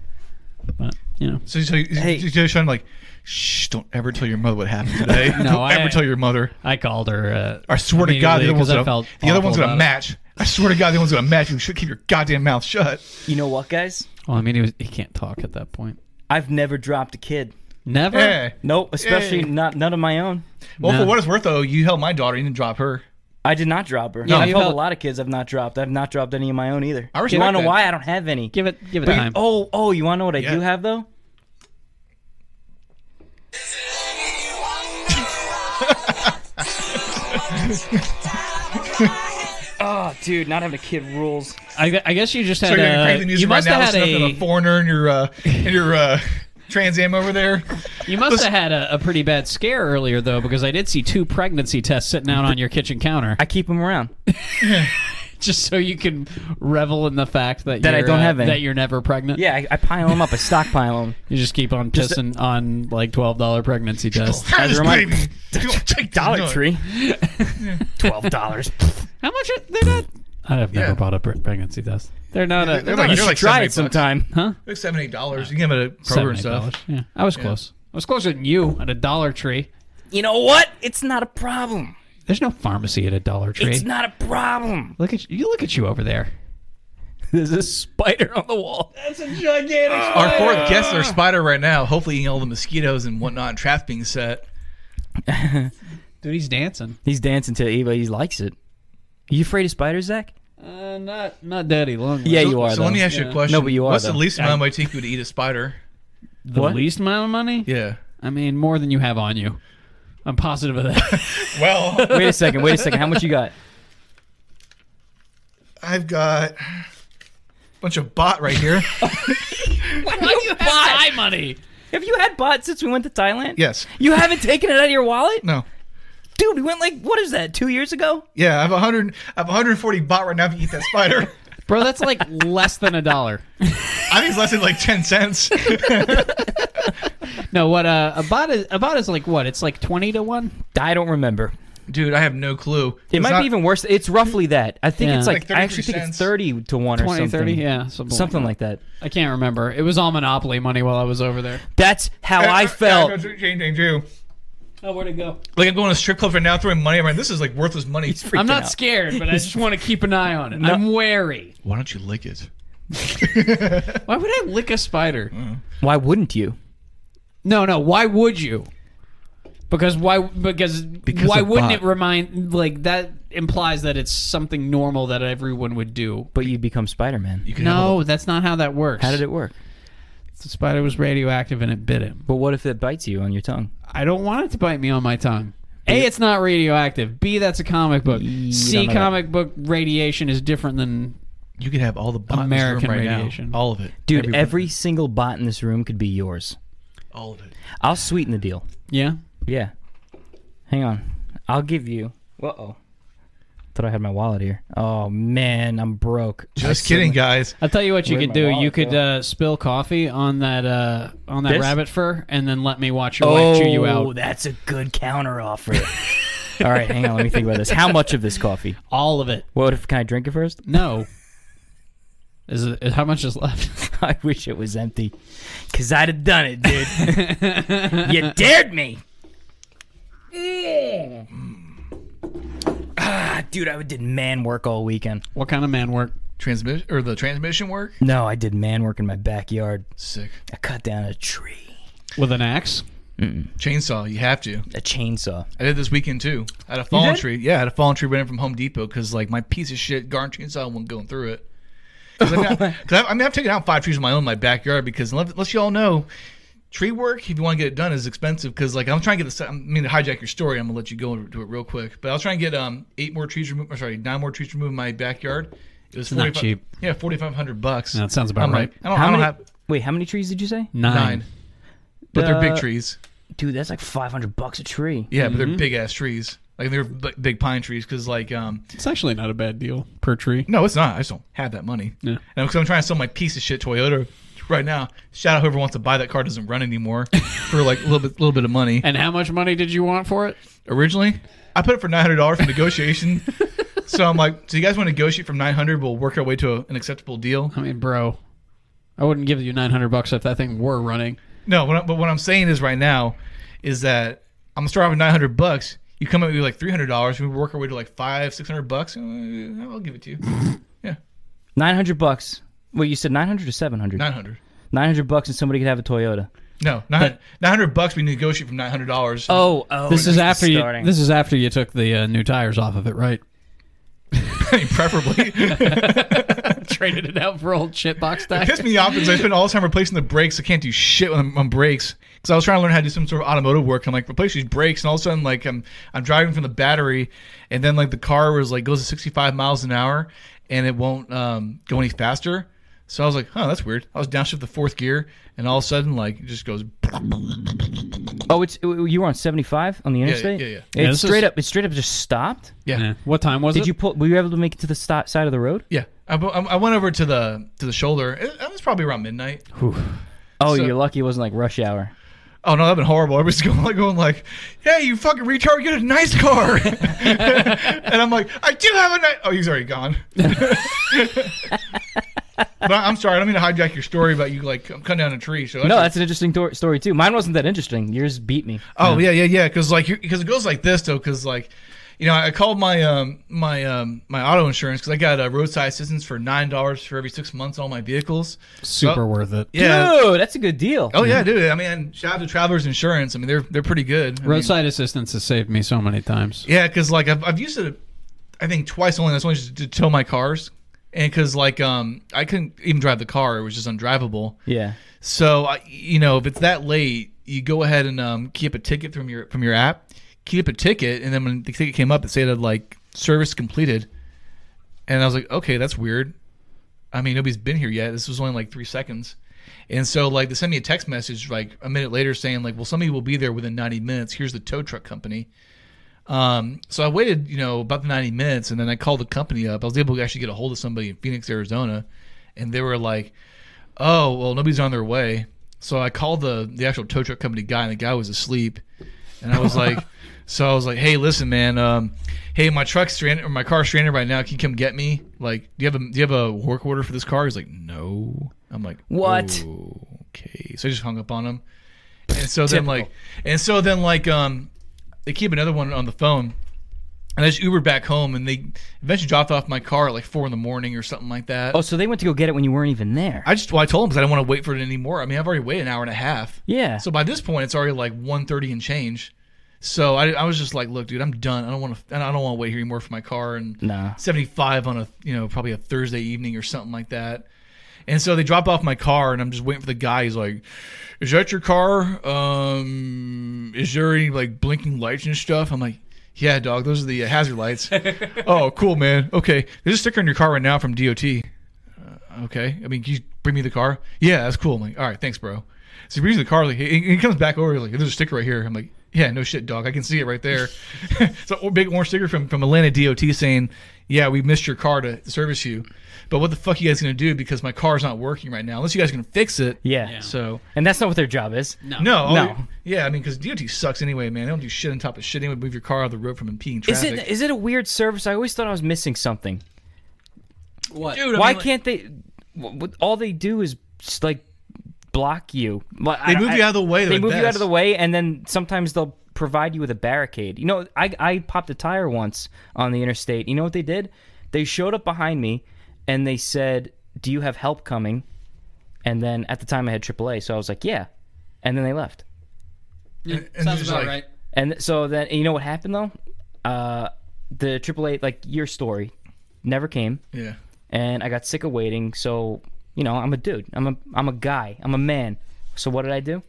[SPEAKER 1] But you know,
[SPEAKER 2] So, so you,
[SPEAKER 5] Hey.
[SPEAKER 2] you, you showing like, shh, don't ever tell your mother what happened today.
[SPEAKER 1] No,
[SPEAKER 2] don't ever
[SPEAKER 1] I-
[SPEAKER 2] tell your mother.
[SPEAKER 1] I called her. Uh,
[SPEAKER 2] I swear to God, the
[SPEAKER 1] immediately
[SPEAKER 2] other one's
[SPEAKER 1] 'cause I
[SPEAKER 2] gonna,
[SPEAKER 1] felt
[SPEAKER 2] the other
[SPEAKER 1] awful
[SPEAKER 2] one's gonna
[SPEAKER 1] about it.
[SPEAKER 2] match. I swear to God, the other one's gonna match. You should keep your goddamn mouth shut.
[SPEAKER 5] You know what, guys?
[SPEAKER 1] Well, I mean, he was, he can't talk at that point.
[SPEAKER 5] I've never dropped a kid.
[SPEAKER 1] Never.
[SPEAKER 2] Eh.
[SPEAKER 5] Nope, especially
[SPEAKER 2] Hey.
[SPEAKER 5] not none of my own.
[SPEAKER 2] Well,
[SPEAKER 1] No.
[SPEAKER 2] for what it's worth, though, you held my daughter. You didn't drop her.
[SPEAKER 5] I did not drop her.
[SPEAKER 1] No,
[SPEAKER 5] I've
[SPEAKER 1] you
[SPEAKER 5] held
[SPEAKER 1] felt-
[SPEAKER 5] a lot of kids I've not dropped. I've not dropped any of my own either.
[SPEAKER 2] I
[SPEAKER 5] you
[SPEAKER 2] respect
[SPEAKER 5] wanna
[SPEAKER 2] that.
[SPEAKER 5] know why I don't have any?
[SPEAKER 1] Give it, give it time.
[SPEAKER 5] Oh, oh, you wanna know what I
[SPEAKER 2] Yeah.
[SPEAKER 5] do have though? Oh, dude, not having a kid rules.
[SPEAKER 1] I, gu- I guess you just had.
[SPEAKER 2] So you're gonna
[SPEAKER 1] uh,
[SPEAKER 2] crank the
[SPEAKER 1] you
[SPEAKER 2] music right
[SPEAKER 1] must have
[SPEAKER 2] now,
[SPEAKER 1] had
[SPEAKER 2] listening
[SPEAKER 1] a.
[SPEAKER 2] to the foreigner and your uh, and your uh, Trans Am over there.
[SPEAKER 1] you must have had a, a pretty bad scare earlier though, because I did see two pregnancy tests sitting out on your kitchen counter,
[SPEAKER 5] I keep them around.
[SPEAKER 1] just so you can revel in the fact that
[SPEAKER 5] That I
[SPEAKER 1] you're,
[SPEAKER 5] don't
[SPEAKER 1] uh,
[SPEAKER 5] have any.
[SPEAKER 1] that you're never pregnant.
[SPEAKER 5] Yeah, I, I pile them up. I stockpile them.
[SPEAKER 1] You just keep on pissing on like twelve dollar pregnancy tests.
[SPEAKER 2] Have this
[SPEAKER 5] remind-
[SPEAKER 2] baby. You don't take this
[SPEAKER 5] Dollar
[SPEAKER 2] nut.
[SPEAKER 5] Tree. Twelve dollars.
[SPEAKER 1] How much? Are, they're not. I have never
[SPEAKER 2] Yeah.
[SPEAKER 1] bought a pre- pregnancy test. They're not. a,
[SPEAKER 2] They're
[SPEAKER 1] they're
[SPEAKER 2] like,
[SPEAKER 1] not
[SPEAKER 2] they're like
[SPEAKER 5] Try
[SPEAKER 2] 70
[SPEAKER 5] it
[SPEAKER 2] bucks.
[SPEAKER 5] sometime.
[SPEAKER 2] They're Like seven, eight dollars. You can get them at a Kroger
[SPEAKER 1] seven
[SPEAKER 2] and
[SPEAKER 1] eight
[SPEAKER 2] stuff.
[SPEAKER 1] dollars. Yeah, I was close. I was closer than you at a Dollar Tree.
[SPEAKER 5] You know what? It's not a problem.
[SPEAKER 1] There's no pharmacy at a Dollar Tree.
[SPEAKER 5] It's not a problem.
[SPEAKER 1] Look at you! Look at you over there. There's a spider on the wall.
[SPEAKER 2] Our
[SPEAKER 5] Oh,
[SPEAKER 2] fourth guest is our spider right now. Hopefully, eating all the mosquitoes and whatnot and traps being set.
[SPEAKER 1] Dude, he's dancing.
[SPEAKER 5] He's dancing to Eva. He likes it. You afraid of spiders, Zach?
[SPEAKER 1] Uh, not not daddy long.
[SPEAKER 5] Yeah,
[SPEAKER 1] legs.
[SPEAKER 5] you are.
[SPEAKER 2] so let me ask you a question.
[SPEAKER 5] No, but you are,
[SPEAKER 2] What's
[SPEAKER 5] though.
[SPEAKER 2] the least amount it might take you to eat a spider?
[SPEAKER 1] the
[SPEAKER 5] What?
[SPEAKER 1] least amount of money.
[SPEAKER 2] Yeah.
[SPEAKER 1] I mean, more than you have on you. I'm positive of that.
[SPEAKER 2] Well,
[SPEAKER 5] Wait a second. Wait a second. How much you got?
[SPEAKER 2] I've got bunch of bot right here.
[SPEAKER 1] Why do you have Thai money?
[SPEAKER 5] Have you had bot since we went to Thailand?
[SPEAKER 2] yes.
[SPEAKER 5] You haven't taken it out of your wallet?
[SPEAKER 2] No.
[SPEAKER 5] Dude, we went like, what is that, two years ago?
[SPEAKER 2] Yeah, I have 100. I have 140 bot right now. If you eat that spider,
[SPEAKER 1] Bro, that's like less than a dollar.
[SPEAKER 2] I think it's less than like 10 cents.
[SPEAKER 1] No, what uh, a bot is a bot is like what? It's like twenty to one.
[SPEAKER 5] I don't remember.
[SPEAKER 2] Dude, I have no clue.
[SPEAKER 5] It might be even worse. It's roughly that. I think
[SPEAKER 1] Yeah.
[SPEAKER 5] it's
[SPEAKER 1] Like
[SPEAKER 5] like, I
[SPEAKER 2] 33
[SPEAKER 5] actually think
[SPEAKER 2] cents.
[SPEAKER 5] it's 30 to 1 or
[SPEAKER 1] 20,
[SPEAKER 5] something.
[SPEAKER 1] 30? Yeah, something,
[SPEAKER 5] Something like that.
[SPEAKER 1] I can't remember. It was all Monopoly money while I was over there.
[SPEAKER 5] That's how I
[SPEAKER 2] I
[SPEAKER 5] felt.
[SPEAKER 1] Oh, where'd it go?
[SPEAKER 2] Like I'm going to a strip club right now, throwing money around. This is like worthless money.
[SPEAKER 5] Freaking
[SPEAKER 1] I'm not
[SPEAKER 5] out.
[SPEAKER 1] scared, but I just want to keep an eye on it. I'm wary.
[SPEAKER 2] Why don't you lick it?
[SPEAKER 1] Why would I lick a spider?
[SPEAKER 5] Why wouldn't you?
[SPEAKER 1] No, no. Why would you? Because why? Because, why
[SPEAKER 2] of
[SPEAKER 1] wouldn't it
[SPEAKER 2] bot.
[SPEAKER 1] remind? Like that implies that it's something normal that everyone would do.
[SPEAKER 5] But you become Spider Man.
[SPEAKER 2] You can have a
[SPEAKER 1] No, that's not how that works.
[SPEAKER 5] How did it work?
[SPEAKER 1] The spider was radioactive and it bit him.
[SPEAKER 5] But what if it bites you on your tongue?
[SPEAKER 1] I don't want it to bite me on my tongue. A, it's not radioactive. B, that's a comic book.
[SPEAKER 5] You
[SPEAKER 1] C,
[SPEAKER 5] don't know that.
[SPEAKER 1] comic book radiation is different than
[SPEAKER 2] You could have all the bot
[SPEAKER 1] American
[SPEAKER 2] in this room right
[SPEAKER 1] radiation.
[SPEAKER 2] now. All of it.
[SPEAKER 5] Dude,
[SPEAKER 2] Everyone.
[SPEAKER 5] every single bot in this room could be yours.
[SPEAKER 2] all of it.
[SPEAKER 5] I'll sweeten the deal.
[SPEAKER 1] yeah.
[SPEAKER 5] Yeah. Hang on. I'll give you. Uh oh. Thought I had my wallet here. Oh man, I'm broke.
[SPEAKER 2] Just kidding, guys.
[SPEAKER 1] I'll tell you what you
[SPEAKER 5] Where'd
[SPEAKER 1] could
[SPEAKER 5] my
[SPEAKER 1] do.
[SPEAKER 5] wallet
[SPEAKER 1] You could
[SPEAKER 5] go?
[SPEAKER 1] uh, spill coffee on that uh, on that
[SPEAKER 5] This?
[SPEAKER 1] rabbit fur, and then let me watch your
[SPEAKER 5] Oh,
[SPEAKER 1] wife chew you out.
[SPEAKER 5] that's a good counter offer. All right, hang on. Let me think about this. How much of this coffee?
[SPEAKER 1] All of it.
[SPEAKER 5] What if can I drink it first?
[SPEAKER 1] No. Is it, how much is left?
[SPEAKER 5] I wish it was empty, cause I'd have done it, dude. you dared me. Ah, dude, I did man work all weekend.
[SPEAKER 1] what kind of man work?
[SPEAKER 2] Transmission or the transmission work?
[SPEAKER 5] No, I did man work in my backyard.
[SPEAKER 2] Sick.
[SPEAKER 5] I cut down a tree,
[SPEAKER 1] With an axe?
[SPEAKER 2] Chainsaw. You have to.
[SPEAKER 5] a chainsaw.
[SPEAKER 2] I did this weekend too. I had a fallen
[SPEAKER 5] did?
[SPEAKER 2] tree. Yeah, I had a fallen tree running from Home Depot because like my piece of shit garden chainsaw wasn't going through it. Because I mean, I've taken out five trees of my own in my backyard because let let you all know, tree work if you want to get it done is expensive. Because like I'm trying to get this. I mean to hijack your story. I'm gonna let you go into it real quick. But I was trying to get um eight more trees removed. or Sorry, nine more trees removed in my backyard. It was
[SPEAKER 1] not
[SPEAKER 2] 45
[SPEAKER 1] cheap.
[SPEAKER 2] Yeah, forty five hundred bucks.
[SPEAKER 1] That sounds about
[SPEAKER 2] I'm
[SPEAKER 1] right.
[SPEAKER 2] Like, I don't,
[SPEAKER 5] How
[SPEAKER 2] I don't
[SPEAKER 5] many?
[SPEAKER 2] have
[SPEAKER 5] Wait, how many trees did you say?
[SPEAKER 1] Nine.
[SPEAKER 2] nine, but they're big
[SPEAKER 5] Uh,
[SPEAKER 2] trees.
[SPEAKER 5] Dude, that's like 500 bucks a tree.
[SPEAKER 2] Yeah, but
[SPEAKER 1] mm-hmm.
[SPEAKER 2] they're big ass trees. Like they're b- big pine trees because like um.
[SPEAKER 1] It's actually not a bad deal per tree.
[SPEAKER 2] No, it's not. I just don't have that money.
[SPEAKER 1] Yeah.
[SPEAKER 2] And because I'm trying to sell my piece of shit Toyota right now. Shout out whoever wants to buy that car doesn't run anymore for like a little bit, little bit of money.
[SPEAKER 1] And how much money did you want for it?
[SPEAKER 2] Originally, I put it for nine hundred dollars for negotiation. so I'm like, so you guys want to negotiate from nine hundred? We'll work our way to a, an acceptable deal.
[SPEAKER 1] I mean, bro, I wouldn't give you 900 bucks if that thing were running.
[SPEAKER 2] No, what I, but what I'm saying is right now is that I'm gonna start off with nine hundred bucks. You come at me with like three hundred dollars. We work our way to like five, six hundred bucks. uh, I'll give it to you.
[SPEAKER 5] 900 bucks. Well, you said 900 to 700.
[SPEAKER 2] Nine hundred.
[SPEAKER 5] 900 bucks and somebody could have a Toyota.
[SPEAKER 2] No, nine hundred bucks. We negotiate from nine hundred dollars.
[SPEAKER 5] Oh, oh.
[SPEAKER 1] This is after you.
[SPEAKER 5] starting.
[SPEAKER 1] This is after you took the uh, new tires off of it, right?
[SPEAKER 2] preferably.
[SPEAKER 1] Traded it out for old shitbox
[SPEAKER 2] pissed me off because I spend all the time replacing the brakes. I can't do shit when I'm on brakes because I was trying to learn how to do some sort of automotive work. I'm like replace these brakes, and all of a sudden like I'm I'm driving from the battery, and then like the car was like goes to 65 miles an hour, and it won't um, go any faster. So I was like, huh, that's weird. I was downshift the fourth gear, and all of a sudden like it just goes.
[SPEAKER 5] oh, it's you were on 75 on the interstate?
[SPEAKER 2] yeah, yeah.
[SPEAKER 5] It
[SPEAKER 1] Yeah, this
[SPEAKER 5] straight
[SPEAKER 1] is-
[SPEAKER 5] up, it straight up just stopped.
[SPEAKER 2] Yeah.
[SPEAKER 1] Yeah. What time was
[SPEAKER 5] Did
[SPEAKER 1] it?
[SPEAKER 5] you pull? Were you able to make it to the sto- side of the road?
[SPEAKER 2] Yeah, I, I went over to the to the shoulder. It, it was probably around midnight.
[SPEAKER 5] Oh,
[SPEAKER 2] So-
[SPEAKER 5] you're lucky it wasn't like rush hour.
[SPEAKER 2] Oh no, that'd been horrible. Everybody's going like going like, "Hey, you fucking retard, get a nice car." and I'm like, "I do have a nice." Oh, he's already gone. but I- I'm sorry, I don't mean to hijack your story about you like cutting down a tree. So
[SPEAKER 5] No, that's an interesting tor- story too. Mine wasn't that interesting. Yours beat me.
[SPEAKER 2] Oh yeah, yeah, yeah. Because like, because it goes like this though. Because like, you know, I called my um my um my auto insurance because I got uh, roadside assistance for nine dollars for every six months on all my vehicles.
[SPEAKER 1] Super
[SPEAKER 2] Oh.
[SPEAKER 1] worth it.
[SPEAKER 5] Dude, that's a good deal.
[SPEAKER 2] Oh yeah, dude. I mean, shout out to Travelers Insurance. I mean, they're they're pretty good. I mean-
[SPEAKER 1] Roadside assistance has saved me so many times.
[SPEAKER 2] Yeah, because like I've, I've used it, I think twice only. That's only just to tow my cars, and because like um I couldn't even drive the car; it was just undrivable.
[SPEAKER 5] Yeah.
[SPEAKER 2] So I, you know, if it's that late, you go ahead and um keep a ticket from your from your app, keep a ticket, and then when the ticket came up, it said like service completed, and I was like, okay, that's weird. I mean, nobody's been here yet. This was only like three seconds. And so, like, they sent me a text message like a minute later saying, like, well, somebody will be there within 90 minutes. Here's the tow truck company. Um, so I waited, you know, about the 90 minutes and then I called the company up. I was able to actually get a hold of somebody in Phoenix, Arizona. And they were like, oh, well, nobody's on their way. So I called the, the actual tow truck company guy and the guy was asleep. And I was like, so I was like, hey, listen, man, um, hey, my truck's stranded or my car's stranded right now. Can you come get me? Like, do you have a, do you have a work order for this car? He's like, no. I'm like,
[SPEAKER 5] What?
[SPEAKER 2] Okay. So I just hung up on him. And so then like, and so then like, um, they keep another one on the phone. And I just Ubered back home, and they eventually dropped off my car at like four in the morning or something like that.
[SPEAKER 5] Oh, so they went to go get it when you weren't even there.
[SPEAKER 2] I just well, I told him because I didn't want to wait for it anymore. I mean, I've already waited an hour and a half.
[SPEAKER 5] yeah.
[SPEAKER 2] So by this point, it's already like 1.30 and change. So I, I was just like, look, dude, I'm done. I don't want to. I don't want to wait here anymore for my car and
[SPEAKER 5] Nah.
[SPEAKER 2] 75 on a you know probably a Thursday evening or something like that. And so they drop off my car, and I'm just waiting for the guy. He's like, "Is that your car? Um, is there any like blinking lights and stuff?" I'm like, "Yeah, dog. Those are the uh, hazard lights." oh, cool, man. Okay, there's a sticker on your car right now from DOT. Uh, okay, I mean, can you bring me the car? Yeah, that's cool. I'm like, all right, thanks, bro. So he brings the car. Like, he, he comes back over. He's like, there's a sticker right here. I'm like, yeah, no shit, dog. I can see it right there. it's a big orange sticker from from Atlanta DOT saying, yeah, we missed your car to service you, but what the fuck you guys gonna do because my car's not working right now unless you guys can fix it.
[SPEAKER 5] yeah.
[SPEAKER 2] So
[SPEAKER 5] And that's not what their job is.
[SPEAKER 2] no, all
[SPEAKER 5] No.
[SPEAKER 2] you- yeah, I mean, because DOT sucks anyway, man. They don't do shit on top of shit. They would move your car out of the road from impeding
[SPEAKER 5] Is
[SPEAKER 2] traffic.
[SPEAKER 5] it is it a weird service? I always thought I was missing something.
[SPEAKER 1] What?
[SPEAKER 2] Dude, I
[SPEAKER 5] Why
[SPEAKER 2] mean, like,
[SPEAKER 5] can't they? wh- wh- All they do is just, like block you. Like, I
[SPEAKER 2] They
[SPEAKER 5] don't-
[SPEAKER 2] move
[SPEAKER 5] I-
[SPEAKER 2] you out of the way,
[SPEAKER 5] They
[SPEAKER 2] they're
[SPEAKER 5] move you out of
[SPEAKER 2] best.
[SPEAKER 5] the way, and then sometimes they'll provide you with a barricade. You know, I I popped a tire once on the interstate. You know what they did? They showed up behind me, and they said, "Do you have help coming?" And then at the time I had AAA, so I was like, "Yeah," and then they left.
[SPEAKER 1] Yeah,
[SPEAKER 2] and
[SPEAKER 1] sounds
[SPEAKER 2] there's
[SPEAKER 1] about
[SPEAKER 2] like-
[SPEAKER 1] right.
[SPEAKER 5] And so then you know what happened though? Uh, the AAA like your story never came
[SPEAKER 2] yeah.
[SPEAKER 5] and I got sick of waiting. So you know, I'm a dude. I'm a I'm a guy. I'm a man. So what did I do?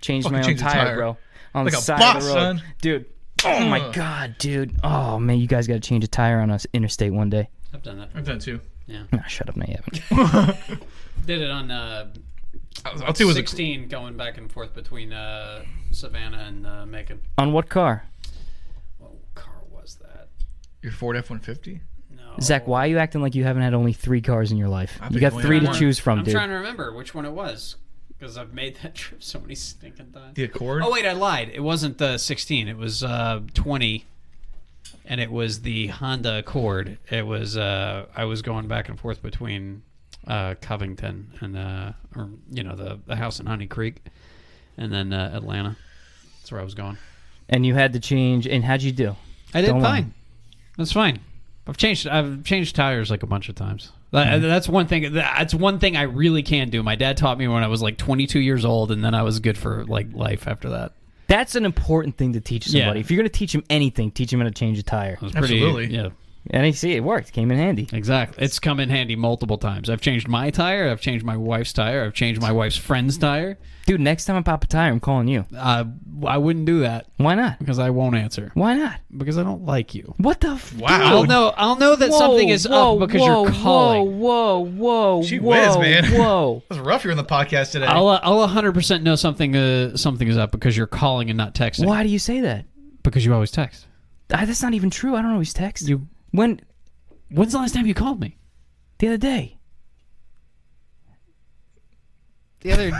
[SPEAKER 5] Changed my
[SPEAKER 2] Fucking
[SPEAKER 5] own
[SPEAKER 2] change the
[SPEAKER 5] tire,
[SPEAKER 2] tire.
[SPEAKER 5] bro. On
[SPEAKER 2] Like
[SPEAKER 5] the
[SPEAKER 2] a
[SPEAKER 5] side of
[SPEAKER 2] boss,
[SPEAKER 5] the road,
[SPEAKER 2] son.
[SPEAKER 5] dude. Oh my
[SPEAKER 2] Ugh.
[SPEAKER 5] god, dude. Oh man, you guys got to change a tire on us interstate one day.
[SPEAKER 1] I've done that.
[SPEAKER 2] I've done too.
[SPEAKER 5] Nah, shut up, no, you haven't.
[SPEAKER 1] Did it on uh,
[SPEAKER 2] I'll, I'll tell you what's a-
[SPEAKER 1] 16 going back and forth between uh, Savannah and uh, Macon.
[SPEAKER 5] on what car?
[SPEAKER 1] What car was that?
[SPEAKER 2] your Ford F one fifty.
[SPEAKER 1] No.
[SPEAKER 5] Zach, why are you acting like you haven't had only three cars in your life?
[SPEAKER 2] I've
[SPEAKER 5] You
[SPEAKER 2] been
[SPEAKER 5] got
[SPEAKER 2] going
[SPEAKER 5] three
[SPEAKER 2] on
[SPEAKER 5] to
[SPEAKER 2] one.
[SPEAKER 5] choose from,
[SPEAKER 1] I'm
[SPEAKER 5] dude.
[SPEAKER 1] trying to remember which one it was because I've made that trip so many stinking times.
[SPEAKER 2] The Accord.
[SPEAKER 1] Oh wait, I lied. It wasn't the 16. It was uh, 20, and it was the Honda Accord. It was uh, I was going back and forth between uh, Covington and uh, or you know the the house in Honey Creek, and then uh, Atlanta. That's where I was going.
[SPEAKER 5] And you had to change. And how'd you do?
[SPEAKER 1] I did
[SPEAKER 5] Don't lie.
[SPEAKER 1] fine. That's fine. I've changed. I've changed tires like a bunch of times. That- That's one thing. That's one thing I really can do. My dad taught me when I was like 22 years old, and then I was good for like life after that.
[SPEAKER 5] That's an important thing to teach
[SPEAKER 1] Yeah.
[SPEAKER 5] somebody. If you're gonna teach them anything, teach them how to change a tire.
[SPEAKER 1] I was pretty,
[SPEAKER 2] Absolutely.
[SPEAKER 1] Yeah,
[SPEAKER 5] And I see it worked. Came in handy.
[SPEAKER 1] exactly. It's come in handy multiple times. I've changed my tire. I've changed my wife's tire. I've changed my wife's friend's tire.
[SPEAKER 5] Dude, next time I pop a tire, I'm calling you.
[SPEAKER 1] Uh, I wouldn't do that
[SPEAKER 5] Why not?
[SPEAKER 1] because I won't answer
[SPEAKER 5] Why not?
[SPEAKER 1] because I don't like you.
[SPEAKER 5] What the f-
[SPEAKER 2] Wow.
[SPEAKER 1] I'll know. I'll know that something is up because
[SPEAKER 5] whoa,
[SPEAKER 1] you're calling.
[SPEAKER 5] Whoa, whoa, whoa,
[SPEAKER 2] Gee whiz,
[SPEAKER 5] whoa,
[SPEAKER 2] man.
[SPEAKER 5] whoa.
[SPEAKER 2] That was rough here on the podcast today.
[SPEAKER 1] I'll uh, I'll 100% know something uh, something is up because you're calling and not texting.
[SPEAKER 5] Why do you say that?
[SPEAKER 1] Because you always text.
[SPEAKER 5] Ah, that's not even true. I don't always text.
[SPEAKER 1] You
[SPEAKER 5] When
[SPEAKER 1] When's the last time you called me?
[SPEAKER 5] the other day.
[SPEAKER 1] The other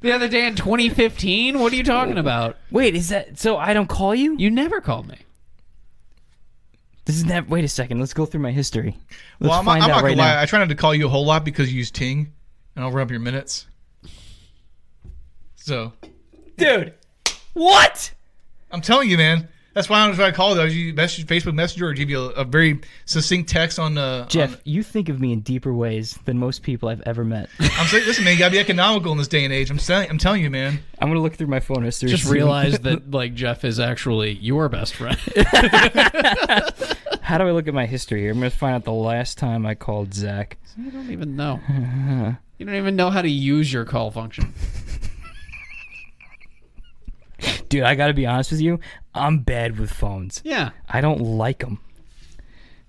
[SPEAKER 1] The other day in 2015? What are you talking about?
[SPEAKER 5] Wait, is that so? I don't call you.
[SPEAKER 1] You never called me.
[SPEAKER 5] This is never. Wait a second. Let's go through my history. Let's
[SPEAKER 2] well, I'm,
[SPEAKER 5] find
[SPEAKER 2] I'm
[SPEAKER 5] out
[SPEAKER 2] not
[SPEAKER 5] right
[SPEAKER 2] gonna lie.
[SPEAKER 5] now.
[SPEAKER 2] I try not to call you a whole lot because you use Ting, and I'll run up your minutes. So
[SPEAKER 5] Dude, what?
[SPEAKER 2] I'm telling you, man. That's why I don't try to call those. You message Facebook Messenger or give you a, a very succinct text on uh,
[SPEAKER 5] Jeff,
[SPEAKER 2] on-
[SPEAKER 5] you think of me in deeper ways than most people I've ever met.
[SPEAKER 2] I'm saying, listen, man, you gotta be economical in this day and age. I'm telling, I'm telling you, man.
[SPEAKER 5] I'm gonna look through my phone history.
[SPEAKER 1] Just
[SPEAKER 5] soon.
[SPEAKER 1] realize that like Jeff is actually your best friend.
[SPEAKER 5] How do I look at my history here? I'm gonna find out the last time I called Zach.
[SPEAKER 1] you don't even know. You don't even know how to use your call function.
[SPEAKER 5] Dude, I gotta be honest with you. I'm bad with phones.
[SPEAKER 1] Yeah.
[SPEAKER 5] I don't like them.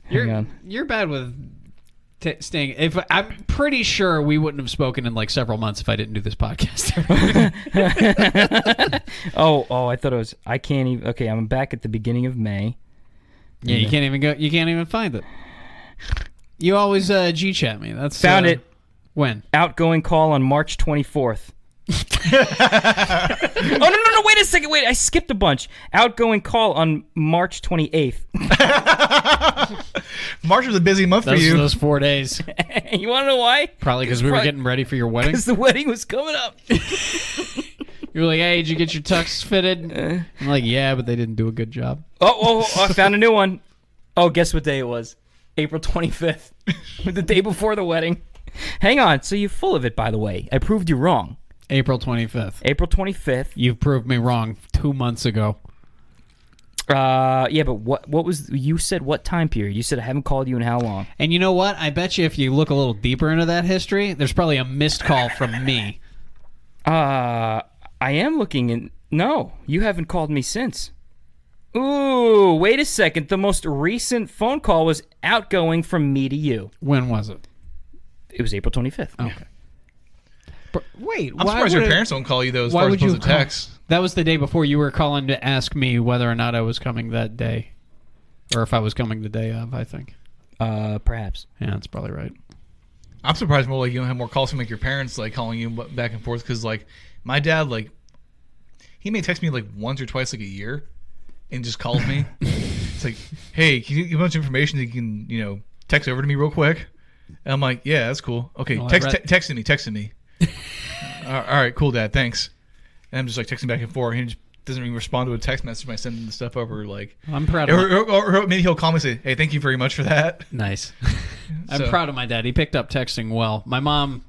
[SPEAKER 5] Hang
[SPEAKER 1] You're
[SPEAKER 5] on.
[SPEAKER 1] you're bad with t- staying. If I'm pretty sure we wouldn't have spoken in like several months if I didn't do this podcast.
[SPEAKER 5] Oh, oh, I thought it was. I can't even. Okay, I'm back at the beginning of May.
[SPEAKER 1] yeah, you can't even go. You can't even find it. You always uh, G chat me. That's
[SPEAKER 5] Found
[SPEAKER 1] uh,
[SPEAKER 5] it.
[SPEAKER 1] When?
[SPEAKER 5] Outgoing call on March 24th. oh no no no! Wait a second! Wait, I skipped a bunch. Outgoing call on March 28th.
[SPEAKER 2] March was a busy month for
[SPEAKER 1] Those
[SPEAKER 2] you.
[SPEAKER 1] those four days.
[SPEAKER 5] you want to know why?
[SPEAKER 1] Probably because we were
[SPEAKER 5] probably-
[SPEAKER 1] getting ready for your wedding.
[SPEAKER 5] Because the wedding was coming up.
[SPEAKER 1] You were like, "Hey, did you get your tux fitted?"
[SPEAKER 5] Uh.
[SPEAKER 1] I'm like, "Yeah, but they didn't do a good job."
[SPEAKER 5] Oh, oh, oh, I found a new one. Oh, guess what day it was? April 25th, the day before the wedding. Hang on. So you're full of it, by the way. I proved you wrong.
[SPEAKER 1] April 25th.
[SPEAKER 5] April 25th.
[SPEAKER 1] You've proved me wrong two months ago.
[SPEAKER 5] Uh, yeah, but what what was you said? What time period? You said I haven't called you in how long?
[SPEAKER 1] And you know what? I bet you if you look a little deeper into that history, there's probably a missed call from me.
[SPEAKER 5] Uh, I am looking in. No, you haven't called me since. Ooh, wait a second. The most recent phone call was outgoing from me to you.
[SPEAKER 1] When was it?
[SPEAKER 5] It was April 25th.
[SPEAKER 1] Okay. But wait,
[SPEAKER 2] I'm
[SPEAKER 1] why
[SPEAKER 2] surprised your
[SPEAKER 1] would it-
[SPEAKER 2] parents don't call you though. As
[SPEAKER 1] why
[SPEAKER 2] far
[SPEAKER 1] would
[SPEAKER 2] as
[SPEAKER 1] you
[SPEAKER 2] you
[SPEAKER 1] call-
[SPEAKER 2] text.
[SPEAKER 1] That was the day before you were calling to ask me whether or not I was coming that day, or if I was coming the day of. I think.
[SPEAKER 5] Uh, perhaps.
[SPEAKER 1] Yeah, that's probably right.
[SPEAKER 2] I'm surprised more like you don't have more calls from like your parents like calling you b- back and forth because like my dad like he may text me like once or twice like a year and just calls me. it's like, hey, can you give a bunch of information that you can you know text over to me real quick? And I'm like, yeah, that's cool. Okay,
[SPEAKER 1] Well, I
[SPEAKER 2] text
[SPEAKER 1] read-
[SPEAKER 2] te- texting me, texting me. all all right, cool, dad, thanks. And I'm just like texting back and forth. He just doesn't even respond to a text message when I send him the stuff over like.
[SPEAKER 1] I'm proud of.
[SPEAKER 2] Or, or, or- or maybe he'll call me and say, "Hey, thank you very much for that."
[SPEAKER 1] nice. I'm
[SPEAKER 2] So-
[SPEAKER 1] proud of my dad. He picked up texting well. My mom,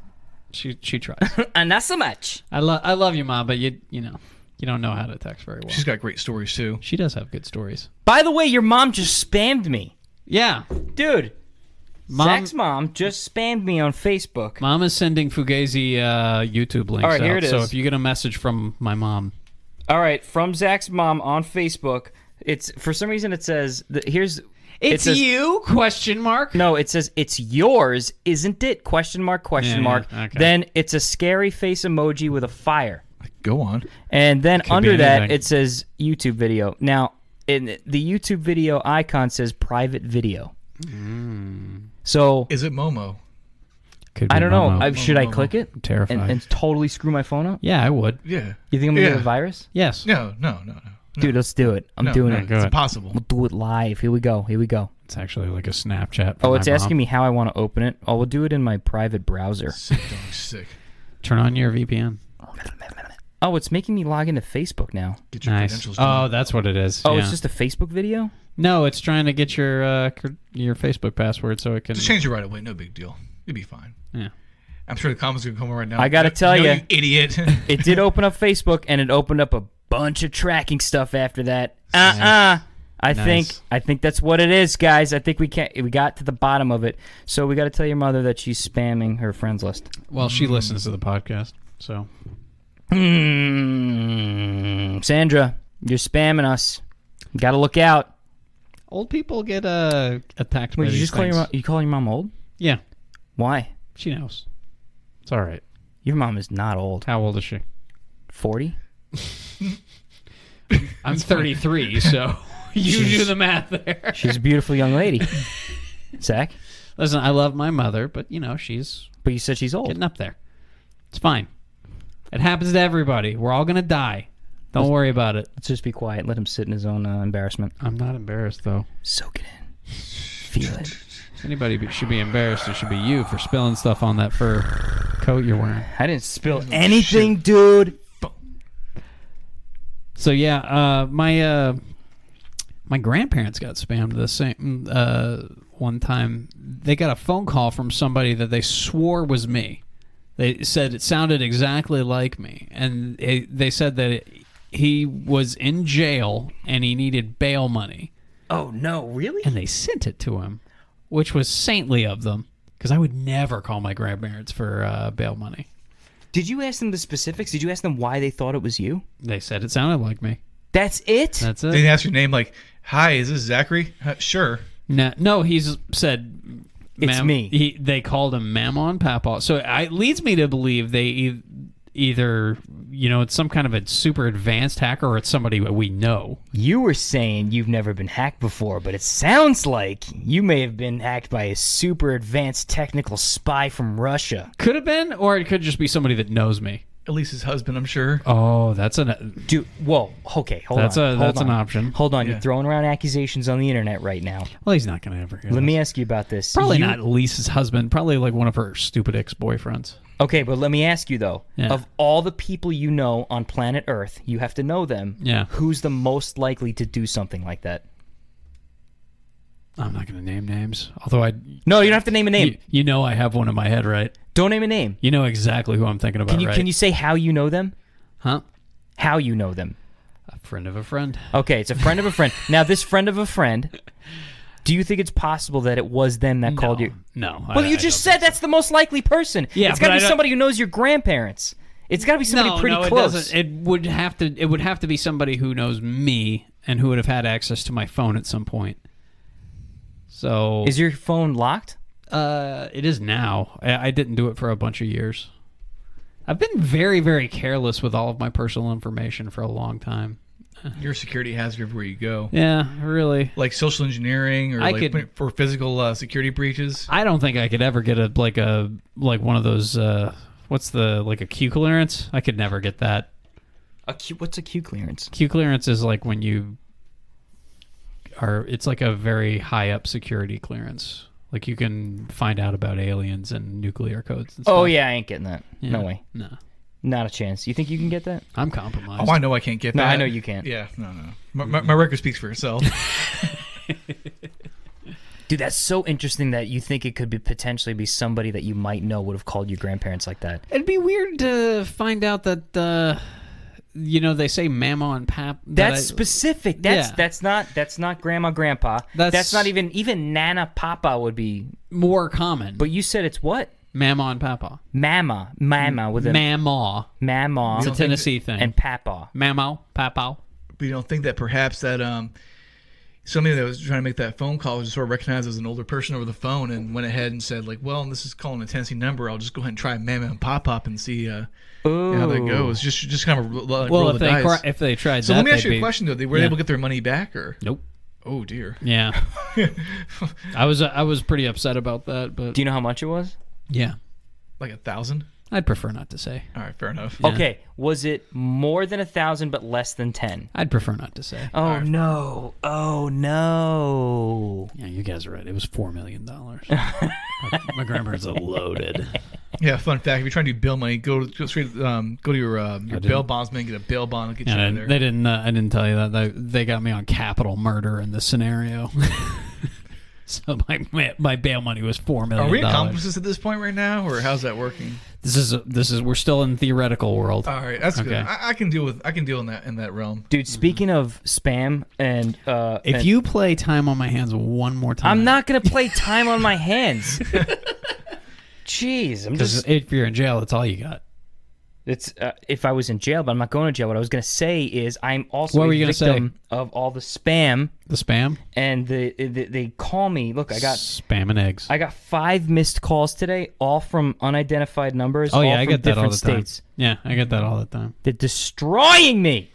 [SPEAKER 1] she she tries.
[SPEAKER 5] And that's so much.
[SPEAKER 1] I love I love you, mom, but you you know you don't know how to text very well.
[SPEAKER 2] She's got great stories too.
[SPEAKER 1] she does have good stories.
[SPEAKER 5] By the way, your mom just spammed me.
[SPEAKER 1] Yeah,
[SPEAKER 5] Dude,
[SPEAKER 1] mom.
[SPEAKER 5] Zach's mom just spammed me on Facebook.
[SPEAKER 1] Mom is sending Fugazi uh, YouTube links
[SPEAKER 5] All right,
[SPEAKER 1] out.
[SPEAKER 5] here it
[SPEAKER 1] So
[SPEAKER 5] is.
[SPEAKER 1] if you get a message from my mom,
[SPEAKER 5] All right, from Zach's mom on Facebook. It's for some reason it says that here's it says-
[SPEAKER 1] you? Question mark.
[SPEAKER 5] No, it says it's yours, isn't it? Question mark question
[SPEAKER 1] Yeah,
[SPEAKER 5] mark.
[SPEAKER 1] yeah, okay.
[SPEAKER 5] Then it's a scary face emoji with a fire.
[SPEAKER 2] Go on.
[SPEAKER 5] And then under
[SPEAKER 1] be
[SPEAKER 5] that
[SPEAKER 1] anything.
[SPEAKER 5] it says YouTube video. Now, in the YouTube video icon says private video.
[SPEAKER 1] Hmm.
[SPEAKER 5] So
[SPEAKER 2] Is it Momo?
[SPEAKER 1] Could be
[SPEAKER 5] I don't know.
[SPEAKER 1] Momo.
[SPEAKER 5] I, should I click it?
[SPEAKER 1] terrified.
[SPEAKER 5] And, and totally screw my phone up?
[SPEAKER 1] yeah, I would.
[SPEAKER 2] Yeah.
[SPEAKER 5] You think I'm gonna
[SPEAKER 2] Yeah.
[SPEAKER 5] get a virus?
[SPEAKER 1] Yes.
[SPEAKER 2] No, no, no, no. No,
[SPEAKER 5] Dude, let's do it. I'm
[SPEAKER 2] no,
[SPEAKER 5] doing
[SPEAKER 2] no,
[SPEAKER 5] it.
[SPEAKER 1] Go
[SPEAKER 2] It's
[SPEAKER 1] ahead.
[SPEAKER 2] impossible.
[SPEAKER 5] We'll do it live. Here we go. Here we go.
[SPEAKER 1] It's actually like a Snapchat.
[SPEAKER 5] Oh, it's asking me how I want to open it. Oh, we'll do it in my private browser.
[SPEAKER 2] Sick dog, sick.
[SPEAKER 1] Turn on your VPN.
[SPEAKER 5] Oh, it's making me log into Facebook now.
[SPEAKER 2] Get your
[SPEAKER 1] Nice.
[SPEAKER 2] credentials.
[SPEAKER 1] Oh,
[SPEAKER 2] done.
[SPEAKER 1] that's what it is.
[SPEAKER 5] Oh,
[SPEAKER 1] yeah.
[SPEAKER 5] it's just a Facebook video?
[SPEAKER 1] no. It's trying to get your uh, cr- your Facebook password so it can.
[SPEAKER 2] just change it right away. No big deal. You'll be fine.
[SPEAKER 1] Yeah.
[SPEAKER 2] I'm sure the comments are gonna come right now.
[SPEAKER 5] I gotta
[SPEAKER 2] No-
[SPEAKER 5] tell
[SPEAKER 2] no,
[SPEAKER 5] ya.
[SPEAKER 2] you idiot.
[SPEAKER 5] It did open up Facebook and it opened up a bunch of tracking stuff after that. Uh-uh. I think
[SPEAKER 1] Nice.
[SPEAKER 5] I think that's what it is, guys. I think we can not we got to the bottom of it. So we got to tell your mother that she's spamming her friends list.
[SPEAKER 1] Well, she listens to the podcast, so
[SPEAKER 5] Hmm. Sandra, you're spamming us. Got to look out.
[SPEAKER 1] old people get uh, attacked.
[SPEAKER 5] Wait,
[SPEAKER 1] by
[SPEAKER 5] did you
[SPEAKER 1] these
[SPEAKER 5] just call your
[SPEAKER 1] things.
[SPEAKER 5] mom, you call your mom old?
[SPEAKER 1] Yeah,
[SPEAKER 5] Why?
[SPEAKER 1] she knows. It's all right.
[SPEAKER 5] Your mom is not old.
[SPEAKER 1] How old is she?
[SPEAKER 5] 40?
[SPEAKER 1] I'm 33, so you do the math there.
[SPEAKER 5] She's a beautiful young lady. Zach,
[SPEAKER 1] Listen, I love my mother, but you know she's
[SPEAKER 5] but you said she's old.
[SPEAKER 1] getting up there. It's fine. It happens to everybody. We're all gonna die. Don't worry about it.
[SPEAKER 5] Let's just be quiet. Let him sit in his own uh, embarrassment.
[SPEAKER 1] I'm not embarrassed though.
[SPEAKER 5] Soak it in. Feel it.
[SPEAKER 1] If anybody be- should be embarrassed, it should be you for spilling stuff on that fur coat you're wearing.
[SPEAKER 5] I didn't spill anything, dude.
[SPEAKER 1] So yeah, uh, my uh, my grandparents got spammed the same uh, one time. They got a phone call from somebody that they swore was me. They said it sounded exactly like me, and it, they said that it, he was in jail and he needed bail money,
[SPEAKER 5] Oh, no, really?
[SPEAKER 1] and they sent it to him, which was saintly of them. Because I would never call my grandparents for uh, bail money.
[SPEAKER 5] Did you ask them the specifics? Did you ask them why they thought it was you?
[SPEAKER 1] They said it sounded like me.
[SPEAKER 5] That's it?
[SPEAKER 1] That's
[SPEAKER 2] they
[SPEAKER 1] it.
[SPEAKER 2] ask your name like, "Hi, is this Zachary?" Uh, sure.
[SPEAKER 1] No, no, he's said.
[SPEAKER 5] It's me.
[SPEAKER 1] He, they called him Mammon Papaw. So I- it leads me to believe they e- either, you know, it's some kind of a super advanced hacker or it's somebody that we know.
[SPEAKER 5] You were saying you've never been hacked before, but it sounds like you may have been hacked by a super advanced technical spy from Russia.
[SPEAKER 1] Could have been, or it could just be somebody that knows me.
[SPEAKER 2] At least his husband, I'm sure.
[SPEAKER 1] Oh, that's an
[SPEAKER 5] Dude, whoa, okay, hold
[SPEAKER 1] that's
[SPEAKER 5] on.
[SPEAKER 1] a
[SPEAKER 5] hold
[SPEAKER 1] that's
[SPEAKER 5] on.
[SPEAKER 1] an option.
[SPEAKER 5] Hold on,
[SPEAKER 2] Yeah.
[SPEAKER 5] you're throwing around accusations on the internet right now.
[SPEAKER 1] Well, he's not going to ever hear.
[SPEAKER 5] Let
[SPEAKER 1] this.
[SPEAKER 5] me ask you about this.
[SPEAKER 1] Probably
[SPEAKER 5] You-
[SPEAKER 1] not Lisa's husband. Probably like one of her stupid ex boyfriends.
[SPEAKER 5] Okay, but let me ask you though.
[SPEAKER 1] Yeah.
[SPEAKER 5] Of all the people you know on planet Earth, you have to know them.
[SPEAKER 1] Yeah.
[SPEAKER 5] Who's the most likely to do something like that?
[SPEAKER 1] I'm not going to name names. Although I,
[SPEAKER 5] No, you don't have to name a name.
[SPEAKER 1] you, you know, I have one in my head, right?
[SPEAKER 5] don't name a name.
[SPEAKER 1] You know exactly who I'm thinking about,
[SPEAKER 5] Can you
[SPEAKER 1] right?
[SPEAKER 5] can you say how you know them?
[SPEAKER 1] Huh?
[SPEAKER 5] How you know them?
[SPEAKER 1] A friend of a friend.
[SPEAKER 5] Okay, it's a friend of a friend. Now, this friend of a friend, do you think it's possible that it was them that called
[SPEAKER 1] no,
[SPEAKER 5] you?
[SPEAKER 1] No.
[SPEAKER 5] Well, you just said that's the most likely person.
[SPEAKER 1] Yeah,
[SPEAKER 5] it's got
[SPEAKER 1] but
[SPEAKER 5] to
[SPEAKER 1] I
[SPEAKER 5] be
[SPEAKER 1] don't-
[SPEAKER 5] somebody who knows your grandparents. It's got to be somebody
[SPEAKER 1] no,
[SPEAKER 5] pretty
[SPEAKER 1] no, It,
[SPEAKER 5] close.
[SPEAKER 1] doesn't. it would have to. It would have to be somebody who knows me and who would have had access to my phone at some point. So
[SPEAKER 5] Is your phone locked?
[SPEAKER 1] uh, it is now. I, I didn't do it for a bunch of years. I've been very, very careless with all of my personal information for a long time.
[SPEAKER 2] Your security hazard everywhere you go.
[SPEAKER 1] Yeah, really.
[SPEAKER 2] Like social engineering or
[SPEAKER 1] I
[SPEAKER 2] like
[SPEAKER 1] could-
[SPEAKER 2] for physical uh, security breaches.
[SPEAKER 1] I don't think I could ever get a like a like one of those. Uh, what's the like a Q clearance? I could never get that.
[SPEAKER 5] A Q, what's a Q clearance?
[SPEAKER 1] Q clearance is like when you are it's like a very high up security clearance. Like you can find out about aliens and nuclear codes and stuff.
[SPEAKER 5] Oh yeah, I ain't getting that.
[SPEAKER 1] Yeah.
[SPEAKER 5] No way.
[SPEAKER 1] No.
[SPEAKER 5] Not a chance. You think you can get that?
[SPEAKER 1] I'm compromised.
[SPEAKER 2] Oh, I know I can't get
[SPEAKER 5] No,
[SPEAKER 2] that.
[SPEAKER 5] I know you can't.
[SPEAKER 2] Yeah, no, no. My, my, my record speaks for itself.
[SPEAKER 5] Dude, that's so interesting that you think it could be potentially be somebody that you might know would have called your grandparents like that.
[SPEAKER 1] It'd be weird to find out that uh you know they say mama and pap that
[SPEAKER 5] That's
[SPEAKER 1] I-
[SPEAKER 5] specific. That's
[SPEAKER 1] Yeah.
[SPEAKER 5] that's not that's not grandma grandpa.
[SPEAKER 1] That's-
[SPEAKER 5] That's, not even even nana papa would be.
[SPEAKER 1] more common.
[SPEAKER 5] But you said it's what?
[SPEAKER 1] mama and papa.
[SPEAKER 5] Mama, mama with a
[SPEAKER 1] Mama.
[SPEAKER 5] mama
[SPEAKER 1] It's a Tennessee thing.
[SPEAKER 5] and papa.
[SPEAKER 1] Mamo, papow.
[SPEAKER 2] but you don't think that perhaps that um somebody that was trying to make that phone call was sort of recognized as an older person over the phone and went ahead and said like, well, this is calling a Tennessee number. I'll just go ahead and try Mama and Pop Up and see uh, how that
[SPEAKER 5] Ooh.
[SPEAKER 2] goes. Just just kind of ro- like,
[SPEAKER 1] Well,
[SPEAKER 2] roll the
[SPEAKER 1] if they
[SPEAKER 2] dice.
[SPEAKER 1] cri- if they tried
[SPEAKER 2] so
[SPEAKER 1] that,
[SPEAKER 2] let me ask
[SPEAKER 1] they'd
[SPEAKER 2] you a
[SPEAKER 1] be-
[SPEAKER 2] question though. They were
[SPEAKER 1] Yeah.
[SPEAKER 2] able to get their money back or?
[SPEAKER 1] Nope.
[SPEAKER 2] Oh dear.
[SPEAKER 1] Yeah. I was uh, I was pretty upset about that, but
[SPEAKER 5] Do you know how much it was?
[SPEAKER 1] yeah.
[SPEAKER 2] Like a thousand.
[SPEAKER 1] I'd prefer not to say.
[SPEAKER 2] All right, fair enough.
[SPEAKER 1] Oh.
[SPEAKER 5] Okay, was it more than a thousand but less than ten?
[SPEAKER 1] I'd prefer not to say.
[SPEAKER 5] Oh no! Oh no!
[SPEAKER 1] Yeah, you guys are right. It was four million dollars. my grandparents are loaded.
[SPEAKER 2] Yeah, fun fact: if you're trying to do bail money, go go straight um, go to your um, your bail bondsman, get a bail bond, and get you
[SPEAKER 1] Yeah,
[SPEAKER 2] out
[SPEAKER 1] they,
[SPEAKER 2] of
[SPEAKER 1] they
[SPEAKER 2] there.
[SPEAKER 1] didn't. Uh, I didn't tell you that. They, they got me on capital murder in this scenario. so my, my my bail money was four
[SPEAKER 2] Are we
[SPEAKER 1] million dollars.
[SPEAKER 2] accomplices at this point right now, or how's that working?
[SPEAKER 1] This is this is we're still in theoretical world.
[SPEAKER 2] All right, that's good.
[SPEAKER 1] Okay.
[SPEAKER 2] I, I can deal with I can deal in that in that realm.
[SPEAKER 5] Dude, speaking of spam and uh,
[SPEAKER 1] if
[SPEAKER 5] and-
[SPEAKER 1] you play time on my hands one more time,
[SPEAKER 5] I'm not gonna play time on my hands. Jeez, I'm
[SPEAKER 1] Because
[SPEAKER 5] just.
[SPEAKER 1] if you're in jail, that's all you got.
[SPEAKER 5] It's uh, if I was in jail, but I'm not going to jail. What I was gonna say is I'm also
[SPEAKER 1] What were
[SPEAKER 5] a
[SPEAKER 1] you gonna say?
[SPEAKER 5] victim of all the spam
[SPEAKER 1] The spam,
[SPEAKER 5] and the, the they call me. Look, I got
[SPEAKER 1] spam and eggs.
[SPEAKER 5] I got five missed calls today, all from unidentified numbers.
[SPEAKER 1] oh
[SPEAKER 5] all
[SPEAKER 1] yeah, I
[SPEAKER 5] from
[SPEAKER 1] get that
[SPEAKER 5] different
[SPEAKER 1] all the
[SPEAKER 5] states.
[SPEAKER 1] time. Yeah, I get that all the time.
[SPEAKER 5] They're destroying me.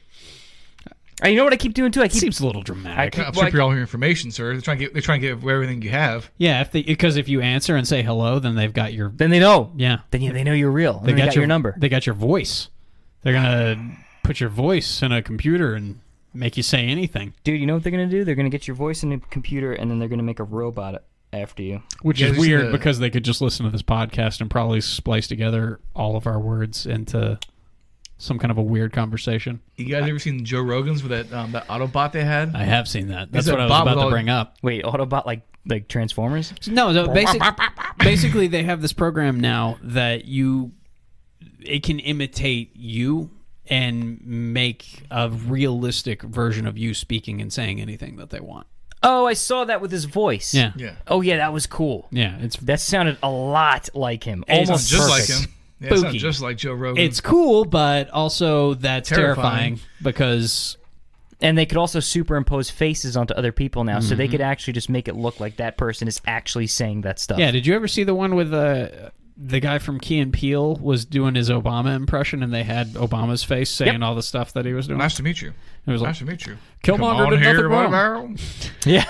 [SPEAKER 5] And you know what I keep doing too? I keep
[SPEAKER 1] Seems a little
[SPEAKER 5] I
[SPEAKER 1] dramatic.
[SPEAKER 5] keep
[SPEAKER 2] I'll
[SPEAKER 5] well, I-
[SPEAKER 2] strip you all your information, sir. They're trying to get they're trying to get everything you have.
[SPEAKER 1] Yeah, if because if you answer and say hello, then they've got your
[SPEAKER 5] then they know.
[SPEAKER 1] yeah.
[SPEAKER 5] Then you, they know you're real. and They, got, your, number.
[SPEAKER 1] They got your voice. They're gonna put your voice in a computer and make you say anything,
[SPEAKER 5] Dude, you know what they're gonna do? They're gonna get your voice in a computer, and then they're gonna make a robot after you.
[SPEAKER 1] which
[SPEAKER 2] Yeah,
[SPEAKER 1] is
[SPEAKER 2] just
[SPEAKER 1] weird
[SPEAKER 2] the-
[SPEAKER 1] because they could just listen to this podcast and probably splice together all of our words into some kind of a weird conversation.
[SPEAKER 2] You guys ever seen Joe Rogan's with that um, that Autobot they had?
[SPEAKER 1] I have seen that. That's
[SPEAKER 2] a
[SPEAKER 1] what I was
[SPEAKER 2] bot with
[SPEAKER 1] about to
[SPEAKER 2] all-
[SPEAKER 1] bring up.
[SPEAKER 5] Wait, Autobot like like Transformers?
[SPEAKER 1] No, so basic, basically they have this program now that you it can imitate you and make a realistic version of you speaking and saying anything that they want.
[SPEAKER 5] Oh, I saw that with his voice.
[SPEAKER 1] Yeah.
[SPEAKER 2] yeah,
[SPEAKER 5] Oh yeah, that was cool.
[SPEAKER 1] Yeah, it's
[SPEAKER 5] That sounded a lot like him.
[SPEAKER 1] It's
[SPEAKER 5] Almost
[SPEAKER 2] just
[SPEAKER 5] perfect.
[SPEAKER 2] like him. Yeah, it's not
[SPEAKER 1] Spooky.
[SPEAKER 2] just like Joe Rogan.
[SPEAKER 1] it's cool, but also that's terrifying,
[SPEAKER 2] Terrifying.
[SPEAKER 1] because
[SPEAKER 5] And they could also superimpose faces onto other people now, so they
[SPEAKER 1] Mm-hmm.
[SPEAKER 5] could actually just make it look like that person is actually saying that stuff.
[SPEAKER 1] Yeah, did you ever see the one with uh, the guy from Key and Peele was doing his Obama impression and they had Obama's face saying all the stuff that he was doing?
[SPEAKER 2] Nice to meet you.
[SPEAKER 1] It was like,
[SPEAKER 2] Nice to meet you.
[SPEAKER 1] Killmonger
[SPEAKER 2] Come on
[SPEAKER 1] did nothing
[SPEAKER 2] here,
[SPEAKER 1] wrong.
[SPEAKER 2] Wow.
[SPEAKER 5] yeah.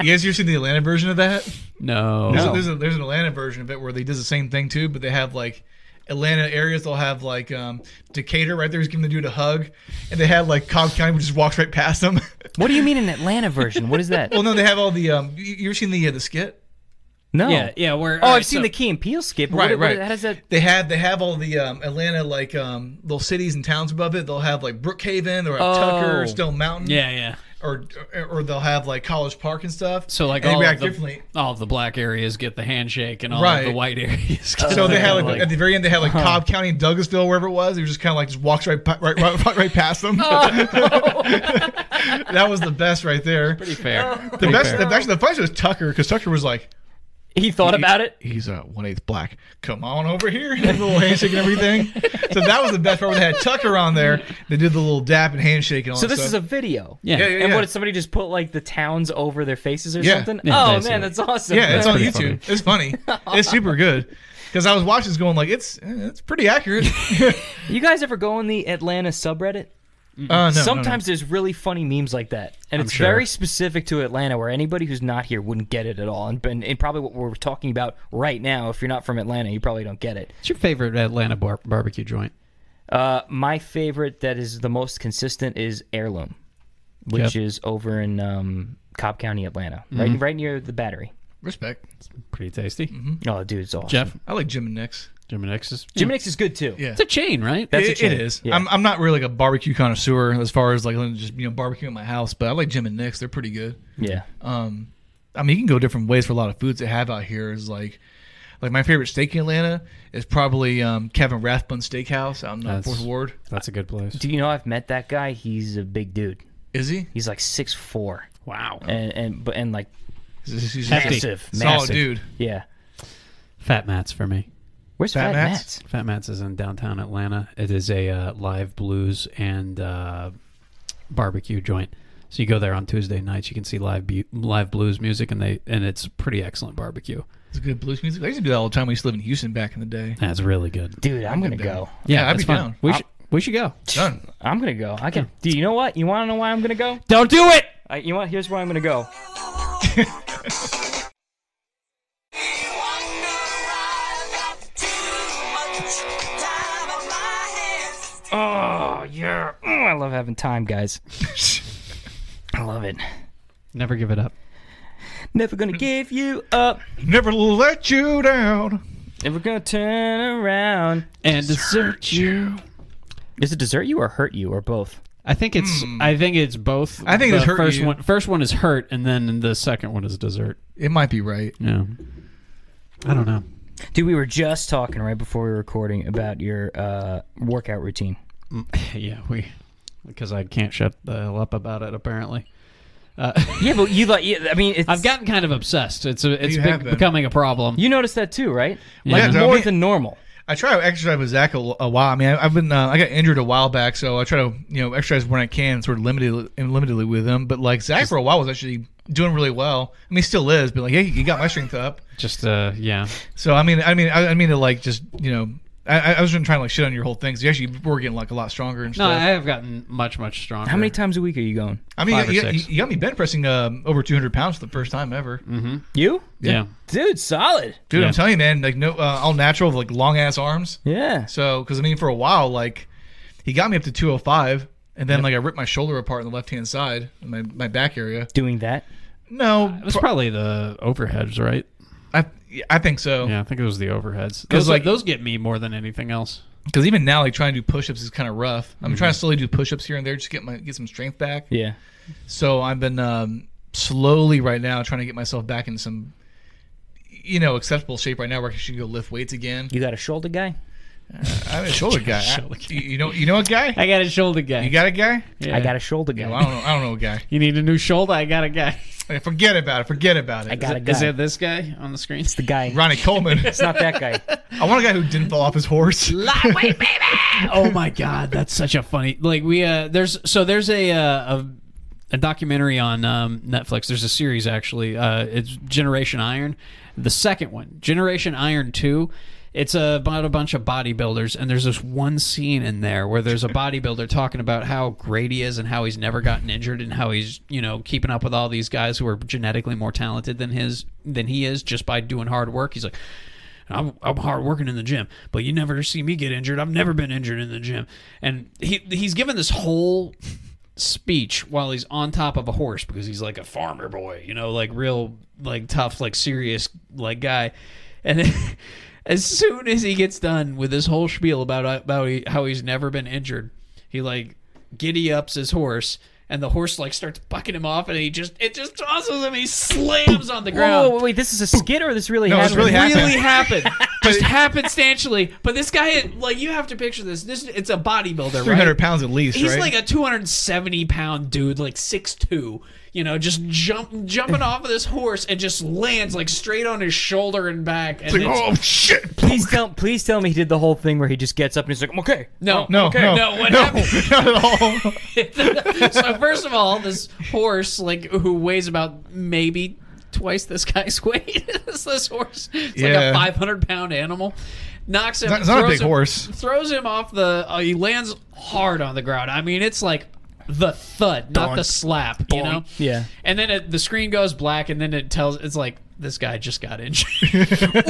[SPEAKER 2] You guys ever seen the Atlanta version of that?
[SPEAKER 1] no.
[SPEAKER 2] There's, a, there's, a, there's an Atlanta version of it where they did the same thing too, but they have like Atlanta areas. They'll have like um, Decatur right there. He's giving the dude a hug, and they had like Cobb County, which just walks right past them.
[SPEAKER 5] what do you mean an Atlanta version? What is that?
[SPEAKER 2] well, no, they have all the. Um, you, you ever seen the uh, the skit?
[SPEAKER 5] No.
[SPEAKER 1] Yeah, yeah. Where,
[SPEAKER 5] Oh,
[SPEAKER 1] all right,
[SPEAKER 5] I've seen
[SPEAKER 1] so-
[SPEAKER 5] the Key and Peele skip. but
[SPEAKER 2] Right,
[SPEAKER 5] what,
[SPEAKER 2] right.
[SPEAKER 5] What, how does that?
[SPEAKER 2] They have they have all the um, Atlanta like um, little cities and towns above it. They'll have like Brookhaven, they'll have Tucker,
[SPEAKER 5] Oh.
[SPEAKER 2] Stone Mountain,
[SPEAKER 1] Yeah, yeah.
[SPEAKER 2] or or they'll have like College Park and stuff.
[SPEAKER 1] So like
[SPEAKER 2] and they
[SPEAKER 1] all of,
[SPEAKER 2] react
[SPEAKER 1] the,
[SPEAKER 2] differently.
[SPEAKER 1] all of the black areas get the handshake and all
[SPEAKER 2] Right. Uh,
[SPEAKER 1] of the white areas. Get
[SPEAKER 2] So they had like,
[SPEAKER 1] like-
[SPEAKER 2] at the very end they had like Cobb County and Douglasville wherever it was. He was just kind of like just walks right pa- right right, right, right past them.
[SPEAKER 5] Oh,
[SPEAKER 2] that was the best right there.
[SPEAKER 1] pretty
[SPEAKER 5] Oh.
[SPEAKER 1] fair.
[SPEAKER 2] The best, the, actually, the funniest was Tucker because Tucker was like,
[SPEAKER 5] He thought about it.
[SPEAKER 2] he's a one eighth black. Come on over here, and the little handshake and everything. So that was the best part. When they had Tucker on there, they did the little dap and handshake and all.
[SPEAKER 5] Oh, So
[SPEAKER 2] that
[SPEAKER 5] this is a
[SPEAKER 2] stuff.
[SPEAKER 5] video.
[SPEAKER 1] Yeah.
[SPEAKER 2] yeah, yeah, yeah.
[SPEAKER 5] And what did somebody just put like the towns over their faces or
[SPEAKER 2] Yeah.
[SPEAKER 5] something?
[SPEAKER 1] Yeah, I
[SPEAKER 5] oh
[SPEAKER 1] see
[SPEAKER 5] man,
[SPEAKER 1] that.
[SPEAKER 5] that's awesome.
[SPEAKER 2] yeah, it's
[SPEAKER 5] That's
[SPEAKER 2] on
[SPEAKER 5] pretty
[SPEAKER 2] YouTube. It's funny. It's super good. Because I was watching this going like it's eh, it's pretty accurate.
[SPEAKER 5] funny. You guys ever go on the Atlanta subreddit?
[SPEAKER 2] Uh, no,
[SPEAKER 5] Sometimes there's really funny memes like that, and it's
[SPEAKER 1] sure.
[SPEAKER 5] very specific to Atlanta, where anybody who's not here wouldn't get it at all. And, and, and probably what we're talking about right now, if you're not from Atlanta, you probably don't get it.
[SPEAKER 1] What's your favorite Atlanta bar- barbecue joint?
[SPEAKER 5] Uh, my favorite that is the most consistent is Heirloom, which
[SPEAKER 1] Yep.
[SPEAKER 5] is over in um, Cobb County, Atlanta, right right near the Battery.
[SPEAKER 2] no. respect.
[SPEAKER 1] Pretty tasty.
[SPEAKER 5] Oh, dude, it's awesome.
[SPEAKER 1] Jeff,
[SPEAKER 2] I like Jim and Nick's.
[SPEAKER 1] Jim and X's.
[SPEAKER 5] Jim Nix is good too.
[SPEAKER 2] Yeah.
[SPEAKER 1] It's a chain, right?
[SPEAKER 5] That's a
[SPEAKER 2] It-
[SPEAKER 5] chain.
[SPEAKER 2] it is.
[SPEAKER 5] Yeah.
[SPEAKER 2] I'm, I'm not really like a barbecue connoisseur as far as like just you know barbecue at my house, but I like Jim and Nick's. They're pretty good.
[SPEAKER 5] yeah.
[SPEAKER 2] Um, I mean, you can go different ways for a lot of foods they have out here. Is like, like my favorite steak in Atlanta is probably um, Kevin Rathbun Steakhouse out in the
[SPEAKER 1] That's-
[SPEAKER 2] Fourth Ward.
[SPEAKER 1] That's a good place.
[SPEAKER 5] Do you know I've met that guy? He's a big dude.
[SPEAKER 2] Is he?
[SPEAKER 5] He's like six four,
[SPEAKER 1] Wow.
[SPEAKER 5] and and but and like
[SPEAKER 2] He's, he's
[SPEAKER 1] Hefty.
[SPEAKER 2] solid
[SPEAKER 5] massive, massive
[SPEAKER 2] dude.
[SPEAKER 5] Yeah.
[SPEAKER 1] Fat Mats for me.
[SPEAKER 5] Where's
[SPEAKER 2] Fat
[SPEAKER 5] Fat,
[SPEAKER 2] Matt's?
[SPEAKER 5] Matt's?
[SPEAKER 1] Fat Mats is in downtown Atlanta. It is a uh, live blues and uh, barbecue joint. So you go there on Tuesday nights. You can see live bu- live blues music, and they and it's pretty excellent barbecue.
[SPEAKER 2] It's good blues music. I used to do that all the time. We used to live in Houston back in the day.
[SPEAKER 1] That's really good.
[SPEAKER 5] Dude, I'm gonna go.
[SPEAKER 2] Yeah, I'd
[SPEAKER 1] that's
[SPEAKER 2] be
[SPEAKER 1] fun.
[SPEAKER 2] down.
[SPEAKER 1] We should we should go.
[SPEAKER 2] Done.
[SPEAKER 5] I'm gonna go. I can. Do you know what? You want to know why I'm gonna go?
[SPEAKER 1] Don't do it.
[SPEAKER 5] I, you want? Here's where I'm gonna go. Oh yeah. Mm, I love having time, guys. I love it.
[SPEAKER 1] Never give it up.
[SPEAKER 5] Never gonna give you up.
[SPEAKER 2] Never let you down.
[SPEAKER 5] Never gonna turn around.
[SPEAKER 1] And desert you.
[SPEAKER 5] Is it desert you or hurt you or both?
[SPEAKER 1] I think it's I think it's both.
[SPEAKER 2] Hmm. I think
[SPEAKER 1] the
[SPEAKER 2] it's hurt
[SPEAKER 1] first
[SPEAKER 2] you.
[SPEAKER 1] one. First one is hurt, and then the second one is dessert.
[SPEAKER 2] It might be right.
[SPEAKER 1] Yeah. I don't know.
[SPEAKER 5] Dude, we were just talking right before we were recording about your uh, workout routine.
[SPEAKER 2] Hmm.
[SPEAKER 1] Yeah, we because I can't shut the hell up about it. Apparently,
[SPEAKER 5] Yeah, but you like. Yeah, I mean, it's,
[SPEAKER 1] I've gotten kind of obsessed. It's a, it's
[SPEAKER 2] You
[SPEAKER 1] big,
[SPEAKER 2] have been.
[SPEAKER 1] becoming a problem.
[SPEAKER 5] You noticed that too, right?
[SPEAKER 2] Yeah,
[SPEAKER 5] Like
[SPEAKER 2] I
[SPEAKER 5] more
[SPEAKER 2] mean-
[SPEAKER 5] than normal.
[SPEAKER 2] I try to exercise with Zach a, a while. I mean, I, I've been uh, I got injured a while back, so I try to you know exercise when I can, sort of limited and limitedly with him. But like Zach for a while was actually doing really well. I mean, he still is, but like yeah, he got my strength up.
[SPEAKER 1] Just uh, yeah.
[SPEAKER 2] So I mean, I mean, I, I mean to like just you know, I, I wasn't trying to like shit on your whole thing. 'cause you actually were getting like a lot stronger and
[SPEAKER 1] No,
[SPEAKER 2] stuff.
[SPEAKER 1] I have gotten much much stronger.
[SPEAKER 5] How many times a week are you going?
[SPEAKER 2] I mean,
[SPEAKER 1] five or
[SPEAKER 2] you, you,
[SPEAKER 1] six.
[SPEAKER 2] you got me bench pressing um, over 200 pounds for the first time ever,
[SPEAKER 5] You?
[SPEAKER 1] Yeah.
[SPEAKER 5] Dude, solid.
[SPEAKER 2] dude.
[SPEAKER 1] Yeah.
[SPEAKER 2] I'm telling you, man, like no, uh, all natural, with, like long ass arms.
[SPEAKER 5] Yeah.
[SPEAKER 2] So, because I mean, for a while, like he got me up to 205, and then like I ripped my shoulder apart on the left hand side, in my my back area.
[SPEAKER 5] Doing that.
[SPEAKER 2] No,
[SPEAKER 1] It was probably the overheads, right?
[SPEAKER 2] I I think so.
[SPEAKER 1] Yeah, I think it was the overheads. Those
[SPEAKER 2] like-
[SPEAKER 1] like those get me more than anything else.
[SPEAKER 2] Because even now, like trying to do push ups is kind of rough. I'm trying to slowly do push ups here and there, just get my get some strength back.
[SPEAKER 5] Yeah.
[SPEAKER 2] So I've been um, slowly right now trying to get myself back in some. You know, acceptable shape right now where I should go lift weights again.
[SPEAKER 5] You got a shoulder guy?
[SPEAKER 2] I'm a shoulder guy.
[SPEAKER 1] Shoulder
[SPEAKER 2] I- you- you know, you know a guy.
[SPEAKER 1] I got a shoulder
[SPEAKER 2] You
[SPEAKER 1] guy.
[SPEAKER 2] got a guy?
[SPEAKER 5] I got a shoulder guy.
[SPEAKER 2] Well, I don't know. I don't know a guy.
[SPEAKER 1] You need a new shoulder. I got a guy.
[SPEAKER 2] Hey, Forget about it. Forget about it.
[SPEAKER 5] I got a guy.
[SPEAKER 1] Is it this guy on the screen?
[SPEAKER 5] the guy.
[SPEAKER 2] Ronnie Coleman.
[SPEAKER 5] It's not that guy.
[SPEAKER 2] I want a guy who didn't fall off his horse.
[SPEAKER 1] oh my god, that's such a funny. Like we uh there's so there's a uh, a, a documentary on um, Netflix. There's a series actually. Uh, it's Generation Iron, the second one, Generation Iron Two. It's uh, about a bunch of bodybuilders, and there's this one scene in there where there's a bodybuilder talking about how great he is and how he's never gotten injured and how he's you know keeping up with all these guys who are genetically more talented than his than he is just by doing hard work. He's like, I'm, I'm hard working in the gym, but you never see me get injured. I've never been injured in the gym. And he he's given this whole speech while he's on top of a horse because he's like a farmer boy, you know, like real like tough, like serious like guy. And then, as soon as he gets done with this whole spiel about about he, how he's never been injured, he like giddy ups his horse. And the horse like starts bucking him off, and he just it just tosses him. He slams on the ground
[SPEAKER 5] Whoa, whoa, wait, this is a skit or this really
[SPEAKER 2] No, it's
[SPEAKER 5] happened?
[SPEAKER 2] really happened.
[SPEAKER 1] really happened. Just happened stanchly. But this guy, like, you have to picture this. This it's a bodybuilder,
[SPEAKER 2] Three hundred
[SPEAKER 1] right?
[SPEAKER 2] pounds at least,
[SPEAKER 1] He's
[SPEAKER 2] right?
[SPEAKER 1] like a 270 pound dude, like 6'2", you know, just jump jumping off of this horse and just lands like straight on his shoulder and back. And
[SPEAKER 2] Like,
[SPEAKER 1] it's-
[SPEAKER 2] oh shit!
[SPEAKER 5] Please tell, please tell me he did the whole thing where he just gets up and he's like, I'm okay.
[SPEAKER 1] no,
[SPEAKER 2] No, no,
[SPEAKER 1] no. What
[SPEAKER 2] no,
[SPEAKER 1] happened?
[SPEAKER 2] not at all.
[SPEAKER 1] so first of all, this horse, like, who weighs about maybe twice this guy's weight, is this horse, it's like
[SPEAKER 2] Yeah.
[SPEAKER 1] a 500 pound animal, knocks him.
[SPEAKER 2] It's not- it's not a
[SPEAKER 1] throws
[SPEAKER 2] big
[SPEAKER 1] him-
[SPEAKER 2] horse.
[SPEAKER 1] Throws him off the. Uh, he lands hard on the ground. I mean, it's like the thud, not the slap. You know.
[SPEAKER 5] Yeah.
[SPEAKER 1] And then it, the screen goes black, and then it tells. It's like this guy just got injured.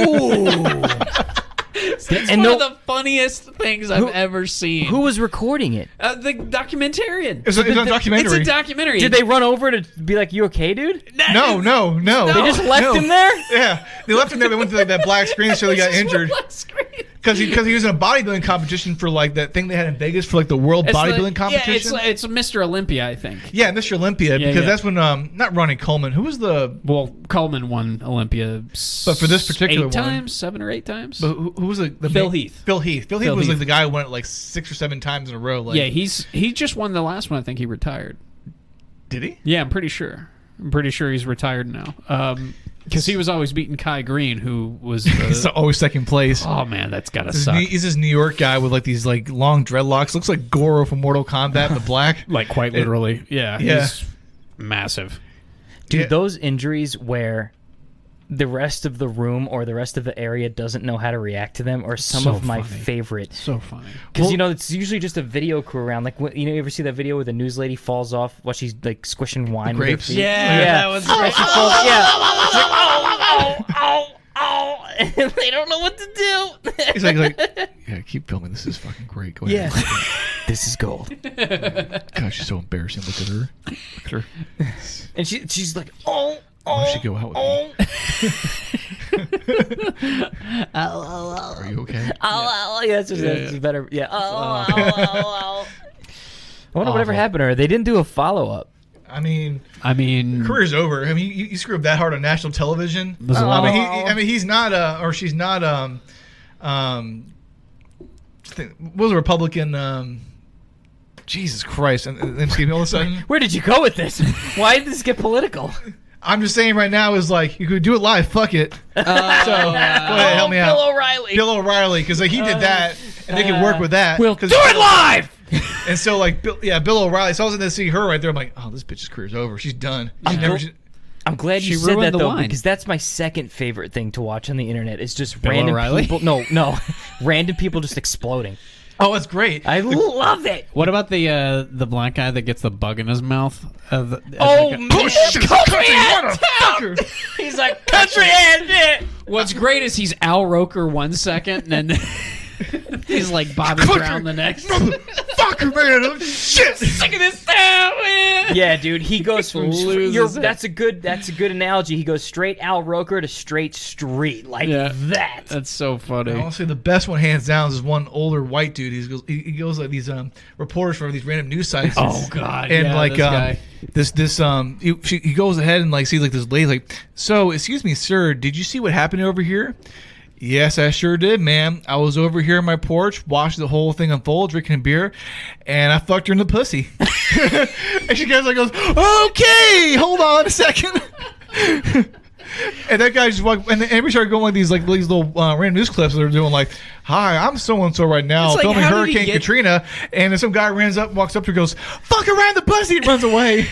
[SPEAKER 1] It's one
[SPEAKER 5] And no,
[SPEAKER 1] of the funniest things I've ever seen.
[SPEAKER 5] who was recording it?
[SPEAKER 1] Uh, the documentarian.
[SPEAKER 2] It's a, it's a documentary.
[SPEAKER 1] It's a documentary.
[SPEAKER 5] Did they run over to be like, you okay, dude?
[SPEAKER 2] no, no, no.
[SPEAKER 1] They
[SPEAKER 5] They just left
[SPEAKER 2] no.
[SPEAKER 5] him there?
[SPEAKER 2] Yeah, they left him there. They went to like, that black screen, so they got injured
[SPEAKER 1] Screen.
[SPEAKER 2] because he, 'cause he was in a bodybuilding competition for like that thing they had in Vegas for like the world
[SPEAKER 1] It's
[SPEAKER 2] bodybuilding
[SPEAKER 1] like-
[SPEAKER 2] competition.
[SPEAKER 1] Yeah, it's, like- it's Mr. Olympia, I think.
[SPEAKER 2] Yeah, Mr. Olympia,
[SPEAKER 1] Yeah,
[SPEAKER 2] because
[SPEAKER 1] yeah.
[SPEAKER 2] that's when um not Ronnie Coleman, who was the
[SPEAKER 1] Well, Coleman won Olympia. s-
[SPEAKER 2] But for this particular
[SPEAKER 1] eight
[SPEAKER 2] one-
[SPEAKER 1] times, seven or eight times.
[SPEAKER 2] who, who was the, the
[SPEAKER 1] Phil
[SPEAKER 2] big-
[SPEAKER 1] Heath.
[SPEAKER 2] Phil Heath. Phil Heath
[SPEAKER 1] Phil
[SPEAKER 2] was like
[SPEAKER 1] Heath.
[SPEAKER 2] the guy who won it like six or seven times in a row. Like,
[SPEAKER 1] yeah, he's he just won the last one. I think he retired.
[SPEAKER 2] did he?
[SPEAKER 1] Yeah, I'm pretty sure. I'm pretty sure he's retired now. Um, because he was always beating Kai Green, who was.
[SPEAKER 2] He's
[SPEAKER 1] The,
[SPEAKER 2] always second place.
[SPEAKER 1] oh man, that's gotta
[SPEAKER 2] He's
[SPEAKER 1] suck.
[SPEAKER 2] New- he's this New York guy with like these like long dreadlocks. Looks like Goro from Mortal Kombat, the black.
[SPEAKER 1] Like quite literally. yeah.
[SPEAKER 2] Yeah.
[SPEAKER 1] He's massive.
[SPEAKER 5] Dude,
[SPEAKER 2] Yeah.
[SPEAKER 5] those injuries where the rest of the room or the rest of the area doesn't know how to react to them are some
[SPEAKER 1] So
[SPEAKER 5] of my
[SPEAKER 1] funny.
[SPEAKER 5] favorite.
[SPEAKER 1] So funny.
[SPEAKER 5] Because you know it's usually just a video crew around. Like wh- you know, you ever see that video where the news lady falls off while she's like squishing wine
[SPEAKER 2] Grapes?
[SPEAKER 5] with her feet?
[SPEAKER 1] Yeah,
[SPEAKER 5] Yeah.
[SPEAKER 1] that was.
[SPEAKER 5] And she falls- yeah. It's like, oh, oh, oh, oh, and they don't know what to do.
[SPEAKER 2] He's like, like yeah, keep filming. This is fucking great. Go ahead.
[SPEAKER 5] Yeah. this is gold.
[SPEAKER 2] Gosh, she's so embarrassing. Look at her. Look at her.
[SPEAKER 5] And she she's like, oh, oh,
[SPEAKER 2] Why don't you go out with
[SPEAKER 5] oh.
[SPEAKER 2] me? Are you okay?
[SPEAKER 5] Oh, oh, yeah, that's, just, that's
[SPEAKER 1] Yeah.
[SPEAKER 5] better. Yeah. Oh, oh, oh, oh. I wonder whatever happened to her. They didn't do a follow up.
[SPEAKER 2] I mean,
[SPEAKER 1] I mean,
[SPEAKER 2] career's over. I mean, you, you screw up that hard on national television.
[SPEAKER 1] There's a
[SPEAKER 2] I
[SPEAKER 1] lot
[SPEAKER 2] mean,
[SPEAKER 1] of-
[SPEAKER 2] he, I mean, he's not, uh, or she's not. Um, um, th- what was a Republican? Um, Jesus Christ! And, and excuse me. All of a sudden,
[SPEAKER 5] Where did you go with this? Why did this get political?
[SPEAKER 2] I'm just saying right now is like you could do it live. Fuck it. so go ahead, help me
[SPEAKER 5] Oh, Bill
[SPEAKER 2] out.
[SPEAKER 5] O'Reilly. Oh,
[SPEAKER 2] Bill O'Reilly, because like, he did that, and they could work with that.
[SPEAKER 1] we'll do
[SPEAKER 2] 'cause-
[SPEAKER 1] it live.
[SPEAKER 2] And so like, Bill, yeah, Bill O'Reilly. So I was gonna see her right there. I'm like, oh, this bitch's career's over. She's done. She never.
[SPEAKER 5] cool.
[SPEAKER 2] should-
[SPEAKER 5] I'm glad
[SPEAKER 1] She
[SPEAKER 5] you said
[SPEAKER 1] ruined
[SPEAKER 5] that
[SPEAKER 1] the
[SPEAKER 5] though,
[SPEAKER 1] wine.
[SPEAKER 5] because that's my second favorite thing to watch on the internet. It's just random
[SPEAKER 1] O'Reilly?
[SPEAKER 5] people. No, no, random people just exploding.
[SPEAKER 2] oh, it's great.
[SPEAKER 5] I love it.
[SPEAKER 1] What about the uh, the black guy that gets the bug in his mouth? Of the,
[SPEAKER 5] Oh
[SPEAKER 1] of the-
[SPEAKER 5] man,
[SPEAKER 2] Bullshit,
[SPEAKER 5] country and
[SPEAKER 2] motherfucker.
[SPEAKER 5] town. He's like country and it.
[SPEAKER 1] What's great is he's Al Roker one second, and then he's like Bobby
[SPEAKER 2] Country
[SPEAKER 1] Brown the next.
[SPEAKER 2] Motherfucker, man. I'm shit.
[SPEAKER 1] Look at this town, man.
[SPEAKER 5] Yeah, dude, he goes from straight- you're,
[SPEAKER 1] Loses it.
[SPEAKER 5] that's a good that's a good analogy. He goes straight Al Roker to straight street like
[SPEAKER 1] Yeah.
[SPEAKER 5] that.
[SPEAKER 1] That's so funny.
[SPEAKER 2] I'll say the best one, hands down, is one older white dude. He's goes, he, he goes like these um reporters for these random news sites.
[SPEAKER 1] Oh God!
[SPEAKER 2] and
[SPEAKER 1] yeah,
[SPEAKER 2] like
[SPEAKER 1] this
[SPEAKER 2] um,
[SPEAKER 1] guy.
[SPEAKER 2] this this um he, she, he goes ahead and like sees like this lady like so excuse me sir did you see what happened over here Yes, I sure did, man. I was over here on my porch, watching the whole thing unfold, drinking beer, and I fucked her in the pussy. and she goes, like, goes, okay, hold on a second. and that guy just walked, and then we started going like these like these little uh, random news clips. that They're doing like, "Hi, I'm so and so right now,
[SPEAKER 7] It's like,
[SPEAKER 2] filming
[SPEAKER 7] how did he
[SPEAKER 2] Hurricane
[SPEAKER 7] get-
[SPEAKER 2] Katrina," and then some guy runs up, walks up to, her, goes, "Fuck around the pussy," and runs away.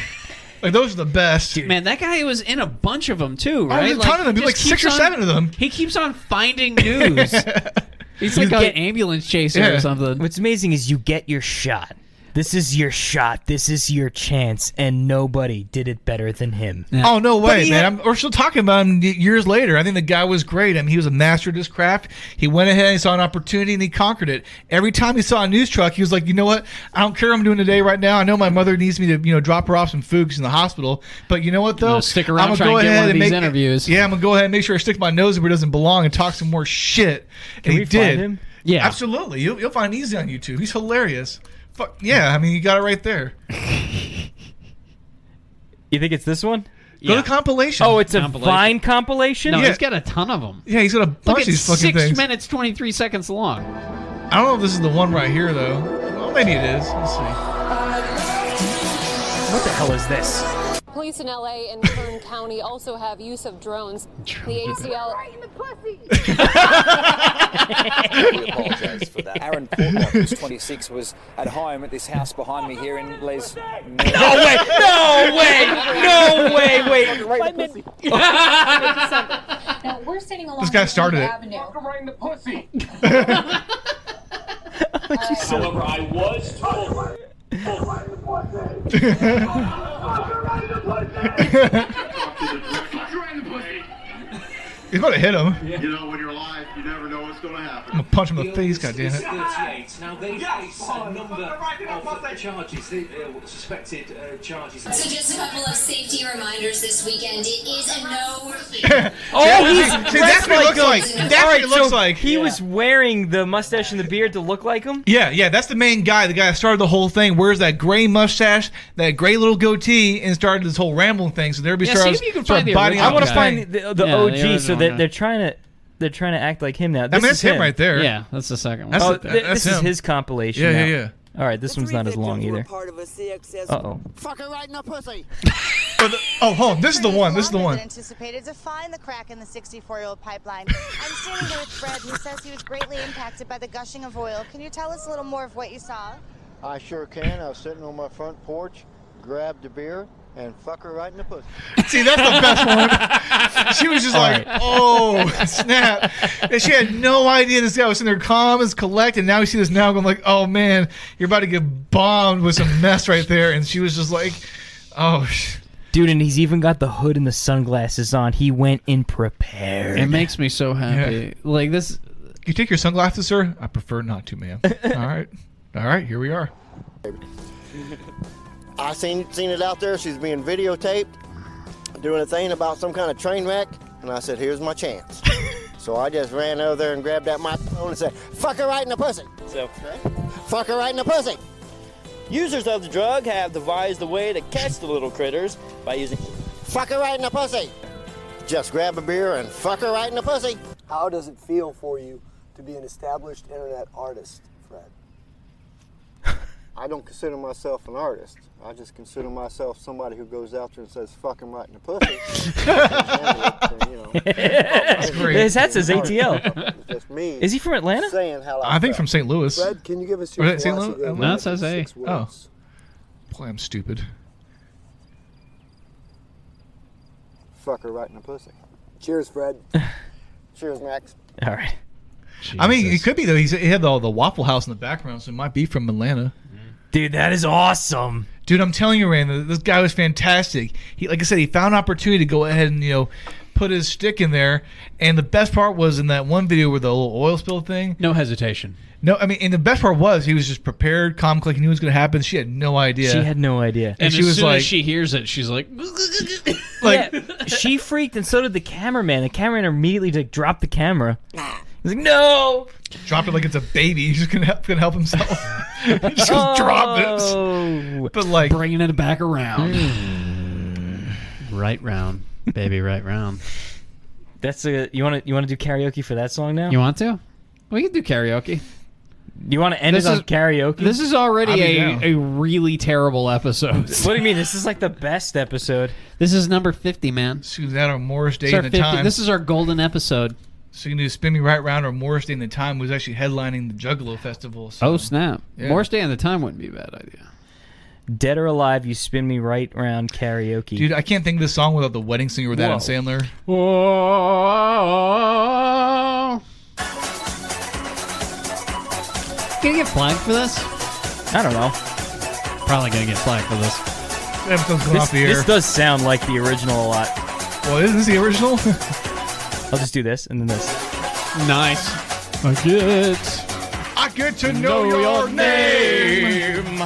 [SPEAKER 2] like those are the best.
[SPEAKER 1] Man, that guy was in a bunch of them too, right?
[SPEAKER 2] Oh, there's a ton of them. There's
[SPEAKER 1] just
[SPEAKER 2] like six
[SPEAKER 1] keeps on-
[SPEAKER 2] or seven of them.
[SPEAKER 1] He keeps on finding news. He's like
[SPEAKER 5] You
[SPEAKER 1] an
[SPEAKER 5] get-
[SPEAKER 1] ambulance chaser
[SPEAKER 2] Yeah.
[SPEAKER 1] or something.
[SPEAKER 5] What's amazing is you get your shot. This is your shot. This is your chance, and nobody did it better than him.
[SPEAKER 2] Oh no way,
[SPEAKER 5] he
[SPEAKER 2] man!
[SPEAKER 5] had-
[SPEAKER 2] I'm, we're still talking about him y- years later. I think the guy was great. I mean, he was a master of his craft. He went ahead and he saw an opportunity and he conquered it. Every time he saw a news truck, he was like, "You know what? I don't care what I'm doing today right now. I know my mother needs me to, you know, drop her off some food 'cause she's in the hospital. But you know what though?
[SPEAKER 1] gonna stick around,
[SPEAKER 2] I'ma
[SPEAKER 1] try and get one of these interviews."
[SPEAKER 2] Yeah, I'm gonna go ahead and make sure I stick my nose where it doesn't belong and talk some more shit. and he
[SPEAKER 5] we
[SPEAKER 2] did.
[SPEAKER 5] find him?
[SPEAKER 1] Yeah.
[SPEAKER 2] absolutely. You'll, you'll find Easy on YouTube. He's hilarious. Fuck yeah! I mean, you got it right there.
[SPEAKER 5] You think it's this one?
[SPEAKER 2] Go
[SPEAKER 1] Yeah.
[SPEAKER 2] to compilation.
[SPEAKER 5] Oh, it's a
[SPEAKER 1] Compilation.
[SPEAKER 5] Vine compilation.
[SPEAKER 1] No,
[SPEAKER 2] Yeah.
[SPEAKER 1] he's got a ton of them.
[SPEAKER 2] yeah. He's got a
[SPEAKER 1] Look,
[SPEAKER 2] bunch of
[SPEAKER 1] it's
[SPEAKER 2] these fucking
[SPEAKER 1] six
[SPEAKER 2] things.
[SPEAKER 1] minutes twenty three seconds long.
[SPEAKER 2] I don't know if this is the one right here though. Well, maybe it is. Let's see.
[SPEAKER 5] What the hell is this?
[SPEAKER 8] Police in LA and Kern County also have use of drones. The ACL
[SPEAKER 9] We apologise for that. Aaron Portnoy, who's 26, was at home at this house behind me here in Les.
[SPEAKER 5] No way! No way! No way! Wait.
[SPEAKER 10] Now, we're sitting along
[SPEAKER 2] This guy
[SPEAKER 10] Maple
[SPEAKER 2] started it.
[SPEAKER 10] Avenue.
[SPEAKER 3] However, I was told.
[SPEAKER 2] He's about to hit him.
[SPEAKER 3] You know, when you're live, you never know what's going to happen.
[SPEAKER 2] I'm gonna punch him in the face. God damn it.
[SPEAKER 9] Now they face a number of charges, suspected charges.
[SPEAKER 10] So, just a couple of safety reminders this weekend. It is a no.
[SPEAKER 5] Oh, he's
[SPEAKER 2] See, that's
[SPEAKER 5] dressed
[SPEAKER 2] what he looks
[SPEAKER 5] him.
[SPEAKER 2] like. That's
[SPEAKER 5] All
[SPEAKER 2] what
[SPEAKER 5] right,
[SPEAKER 2] he looks
[SPEAKER 5] so
[SPEAKER 2] like.
[SPEAKER 5] He was wearing the mustache and the beard to look like him.
[SPEAKER 2] Yeah, yeah, that's the main guy. The guy that started the whole thing. Where's that gray mustache, that gray little goatee, and started this whole rambling thing? So there be
[SPEAKER 1] Yeah,
[SPEAKER 2] started,
[SPEAKER 1] see if you can
[SPEAKER 2] started
[SPEAKER 1] find the
[SPEAKER 2] bodying
[SPEAKER 1] original
[SPEAKER 2] up
[SPEAKER 5] I
[SPEAKER 2] this
[SPEAKER 5] want to
[SPEAKER 1] Okay.
[SPEAKER 2] thing.
[SPEAKER 5] find the, the
[SPEAKER 1] Yeah, the
[SPEAKER 5] OG so
[SPEAKER 1] original
[SPEAKER 5] that
[SPEAKER 1] guy.
[SPEAKER 5] they're trying to they're trying to act like him now.
[SPEAKER 2] I
[SPEAKER 5] This
[SPEAKER 2] mean,
[SPEAKER 5] is
[SPEAKER 2] that's him. right there.
[SPEAKER 1] Yeah, that's the second one.
[SPEAKER 2] That's
[SPEAKER 5] Oh,
[SPEAKER 2] the-
[SPEAKER 5] th-
[SPEAKER 2] that's
[SPEAKER 5] this is
[SPEAKER 2] him.
[SPEAKER 5] his compilation.
[SPEAKER 2] Yeah,
[SPEAKER 5] now.
[SPEAKER 2] yeah, yeah.
[SPEAKER 5] All right, this one's not as long either.
[SPEAKER 9] Part of a CXS
[SPEAKER 5] Uh oh.
[SPEAKER 11] Fucker right in the pussy.
[SPEAKER 2] Oh, the- oh, hold on. This is the one. This is the one.
[SPEAKER 11] Anticipated to find the crack in the 64-year-old pipeline. I'm standing here with Fred, who says he was greatly impacted by the gushing of oil. Can you tell us a little more of what you saw?
[SPEAKER 7] I sure can. I was sitting on my front porch, grabbed a beer, and fuck her right in the pussy.
[SPEAKER 2] See, that's the best one. She was just like, "Oh snap!" And she had no idea this guy was in there calm as collect, and now we see this now going like, "Oh man, you're about to get bombed with some mess right there." And she was just like, "Oh." sh-
[SPEAKER 5] Dude, and he's even got the hood and the sunglasses on. He went in prepared.
[SPEAKER 1] It makes me so happy. Like this.
[SPEAKER 2] Can you take your sunglasses, sir? I prefer not to, ma'am. All right, all right, here we are.
[SPEAKER 7] I seen seen it out there. She's being videotaped, doing a thing about some kind of train wreck, and I said, "Here's my chance." so I just ran over there and grabbed out my phone and said, "Fuck her right in the pussy."
[SPEAKER 9] So,
[SPEAKER 7] Fuck her right in the pussy.
[SPEAKER 9] users of the drug have devised a way to catch the little critters by using.
[SPEAKER 7] Fuck her right in the pussy. Just grab a beer and fuck her right in the pussy.
[SPEAKER 9] How does it feel for you to be an established internet artist, Fred?
[SPEAKER 7] I don't consider myself an artist. I just consider myself somebody who goes out there and says fuck him right in the pussy. you know,
[SPEAKER 2] That's
[SPEAKER 5] His
[SPEAKER 2] great.
[SPEAKER 5] hat says ATL.
[SPEAKER 7] it's just me
[SPEAKER 5] Is he from Atlanta?
[SPEAKER 7] saying how I
[SPEAKER 2] I think
[SPEAKER 7] felt.
[SPEAKER 2] from St. Louis.
[SPEAKER 9] Fred, can you give us
[SPEAKER 2] your
[SPEAKER 9] your
[SPEAKER 2] Was that St. philosophy Louis? on No,
[SPEAKER 1] it says A. six
[SPEAKER 2] Oh. Boy, I'm stupid.
[SPEAKER 7] fuck her right in the pussy.
[SPEAKER 9] Cheers, Fred.
[SPEAKER 7] Cheers, Max.
[SPEAKER 5] All right.
[SPEAKER 2] I mean, it could be though. He's, he had all the Waffle House in the background, so it might be from Atlanta.
[SPEAKER 5] Dude, that is awesome.
[SPEAKER 2] Dude, I'm telling you, Rand, this guy was fantastic. He, like I said, he found an opportunity to go ahead and you know put his stick in there. And the best part was in that one video where the little oil spill thing.
[SPEAKER 1] No hesitation.
[SPEAKER 2] No, I mean, and the best part was he was just prepared, calm, click. He knew it was going to happen. She had no idea.
[SPEAKER 5] She had no idea.
[SPEAKER 1] And,
[SPEAKER 2] she
[SPEAKER 1] as
[SPEAKER 2] was
[SPEAKER 1] soon
[SPEAKER 2] like-
[SPEAKER 1] as she hears it, she's like,
[SPEAKER 2] like,
[SPEAKER 5] Yeah, she freaked, and so did the cameraman. The cameraman immediately like, dropped the camera. He's like, no.
[SPEAKER 2] dropped it like it's a baby. He's just going to help, gonna help himself. He just goes, drop this.
[SPEAKER 5] Oh.
[SPEAKER 2] But like,
[SPEAKER 1] bringing it back Hmm. around. right round, baby, right round.
[SPEAKER 5] That's a you want to you want to do karaoke for that song now?
[SPEAKER 1] You want to? We can do karaoke.
[SPEAKER 5] You want to end it on karaoke?
[SPEAKER 1] This is already
[SPEAKER 5] I'll be down.
[SPEAKER 1] a, a really terrible episode.
[SPEAKER 5] What do you mean? This is like the best episode.
[SPEAKER 1] This is number fifty, man.
[SPEAKER 2] Shoot that on Morris Day
[SPEAKER 1] It's our
[SPEAKER 2] and the
[SPEAKER 1] 50
[SPEAKER 2] Time.
[SPEAKER 1] This is our golden episode.
[SPEAKER 2] so you can do Spin Me Right Round or Morris Day and the Time was actually headlining the Juggalo Festival. So
[SPEAKER 1] Oh snap!
[SPEAKER 2] Yeah.
[SPEAKER 1] More stay on the time wouldn't be a bad idea.
[SPEAKER 5] Dead or alive, you spin me right round karaoke.
[SPEAKER 2] Dude, I can't think of this song without the wedding singer with Adam
[SPEAKER 5] Whoa.
[SPEAKER 2] Sandler.
[SPEAKER 1] Oh. Gonna get flagged for this?
[SPEAKER 5] I don't know.
[SPEAKER 1] Probably gonna get flagged for this.
[SPEAKER 2] That episode's going
[SPEAKER 5] This,
[SPEAKER 2] off the air.
[SPEAKER 5] this does sound like the original a lot.
[SPEAKER 2] well, isn't this the original?
[SPEAKER 5] I'll just do this and then this.
[SPEAKER 1] Nice. I get
[SPEAKER 2] I get to know, your name.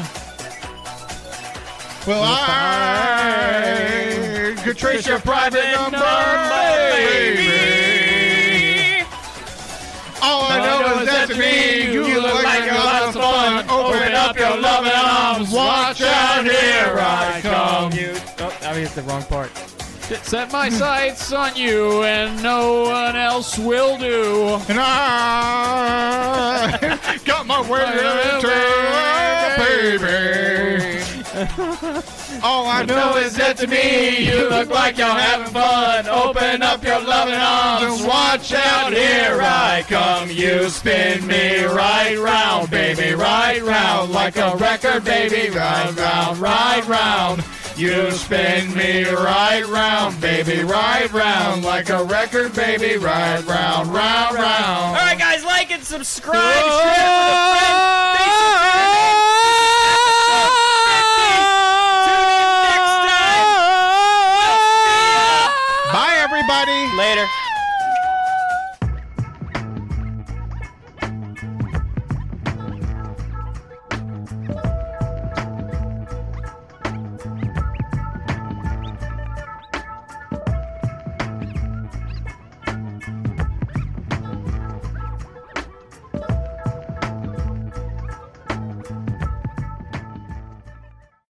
[SPEAKER 2] Well, I could trace your private number, baby. All I know is that to me, you look like a lot of fun. Open up your loving arms, watch out, here I come.
[SPEAKER 5] Oh, I hit the wrong part.
[SPEAKER 1] Set my sights on you, and no one else will do.
[SPEAKER 2] And I got my way to baby. All I know is that to me, you look like you're having fun. Open up your loving arms, watch out, here I come. You spin me right round, baby, right round, like a record, baby, right round, right round. You spin me right round, baby, right round, like a record, baby, right round, round, round.
[SPEAKER 5] All right, guys, like and subscribe. Oh! Oh!
[SPEAKER 2] Bye, everybody.
[SPEAKER 5] Later.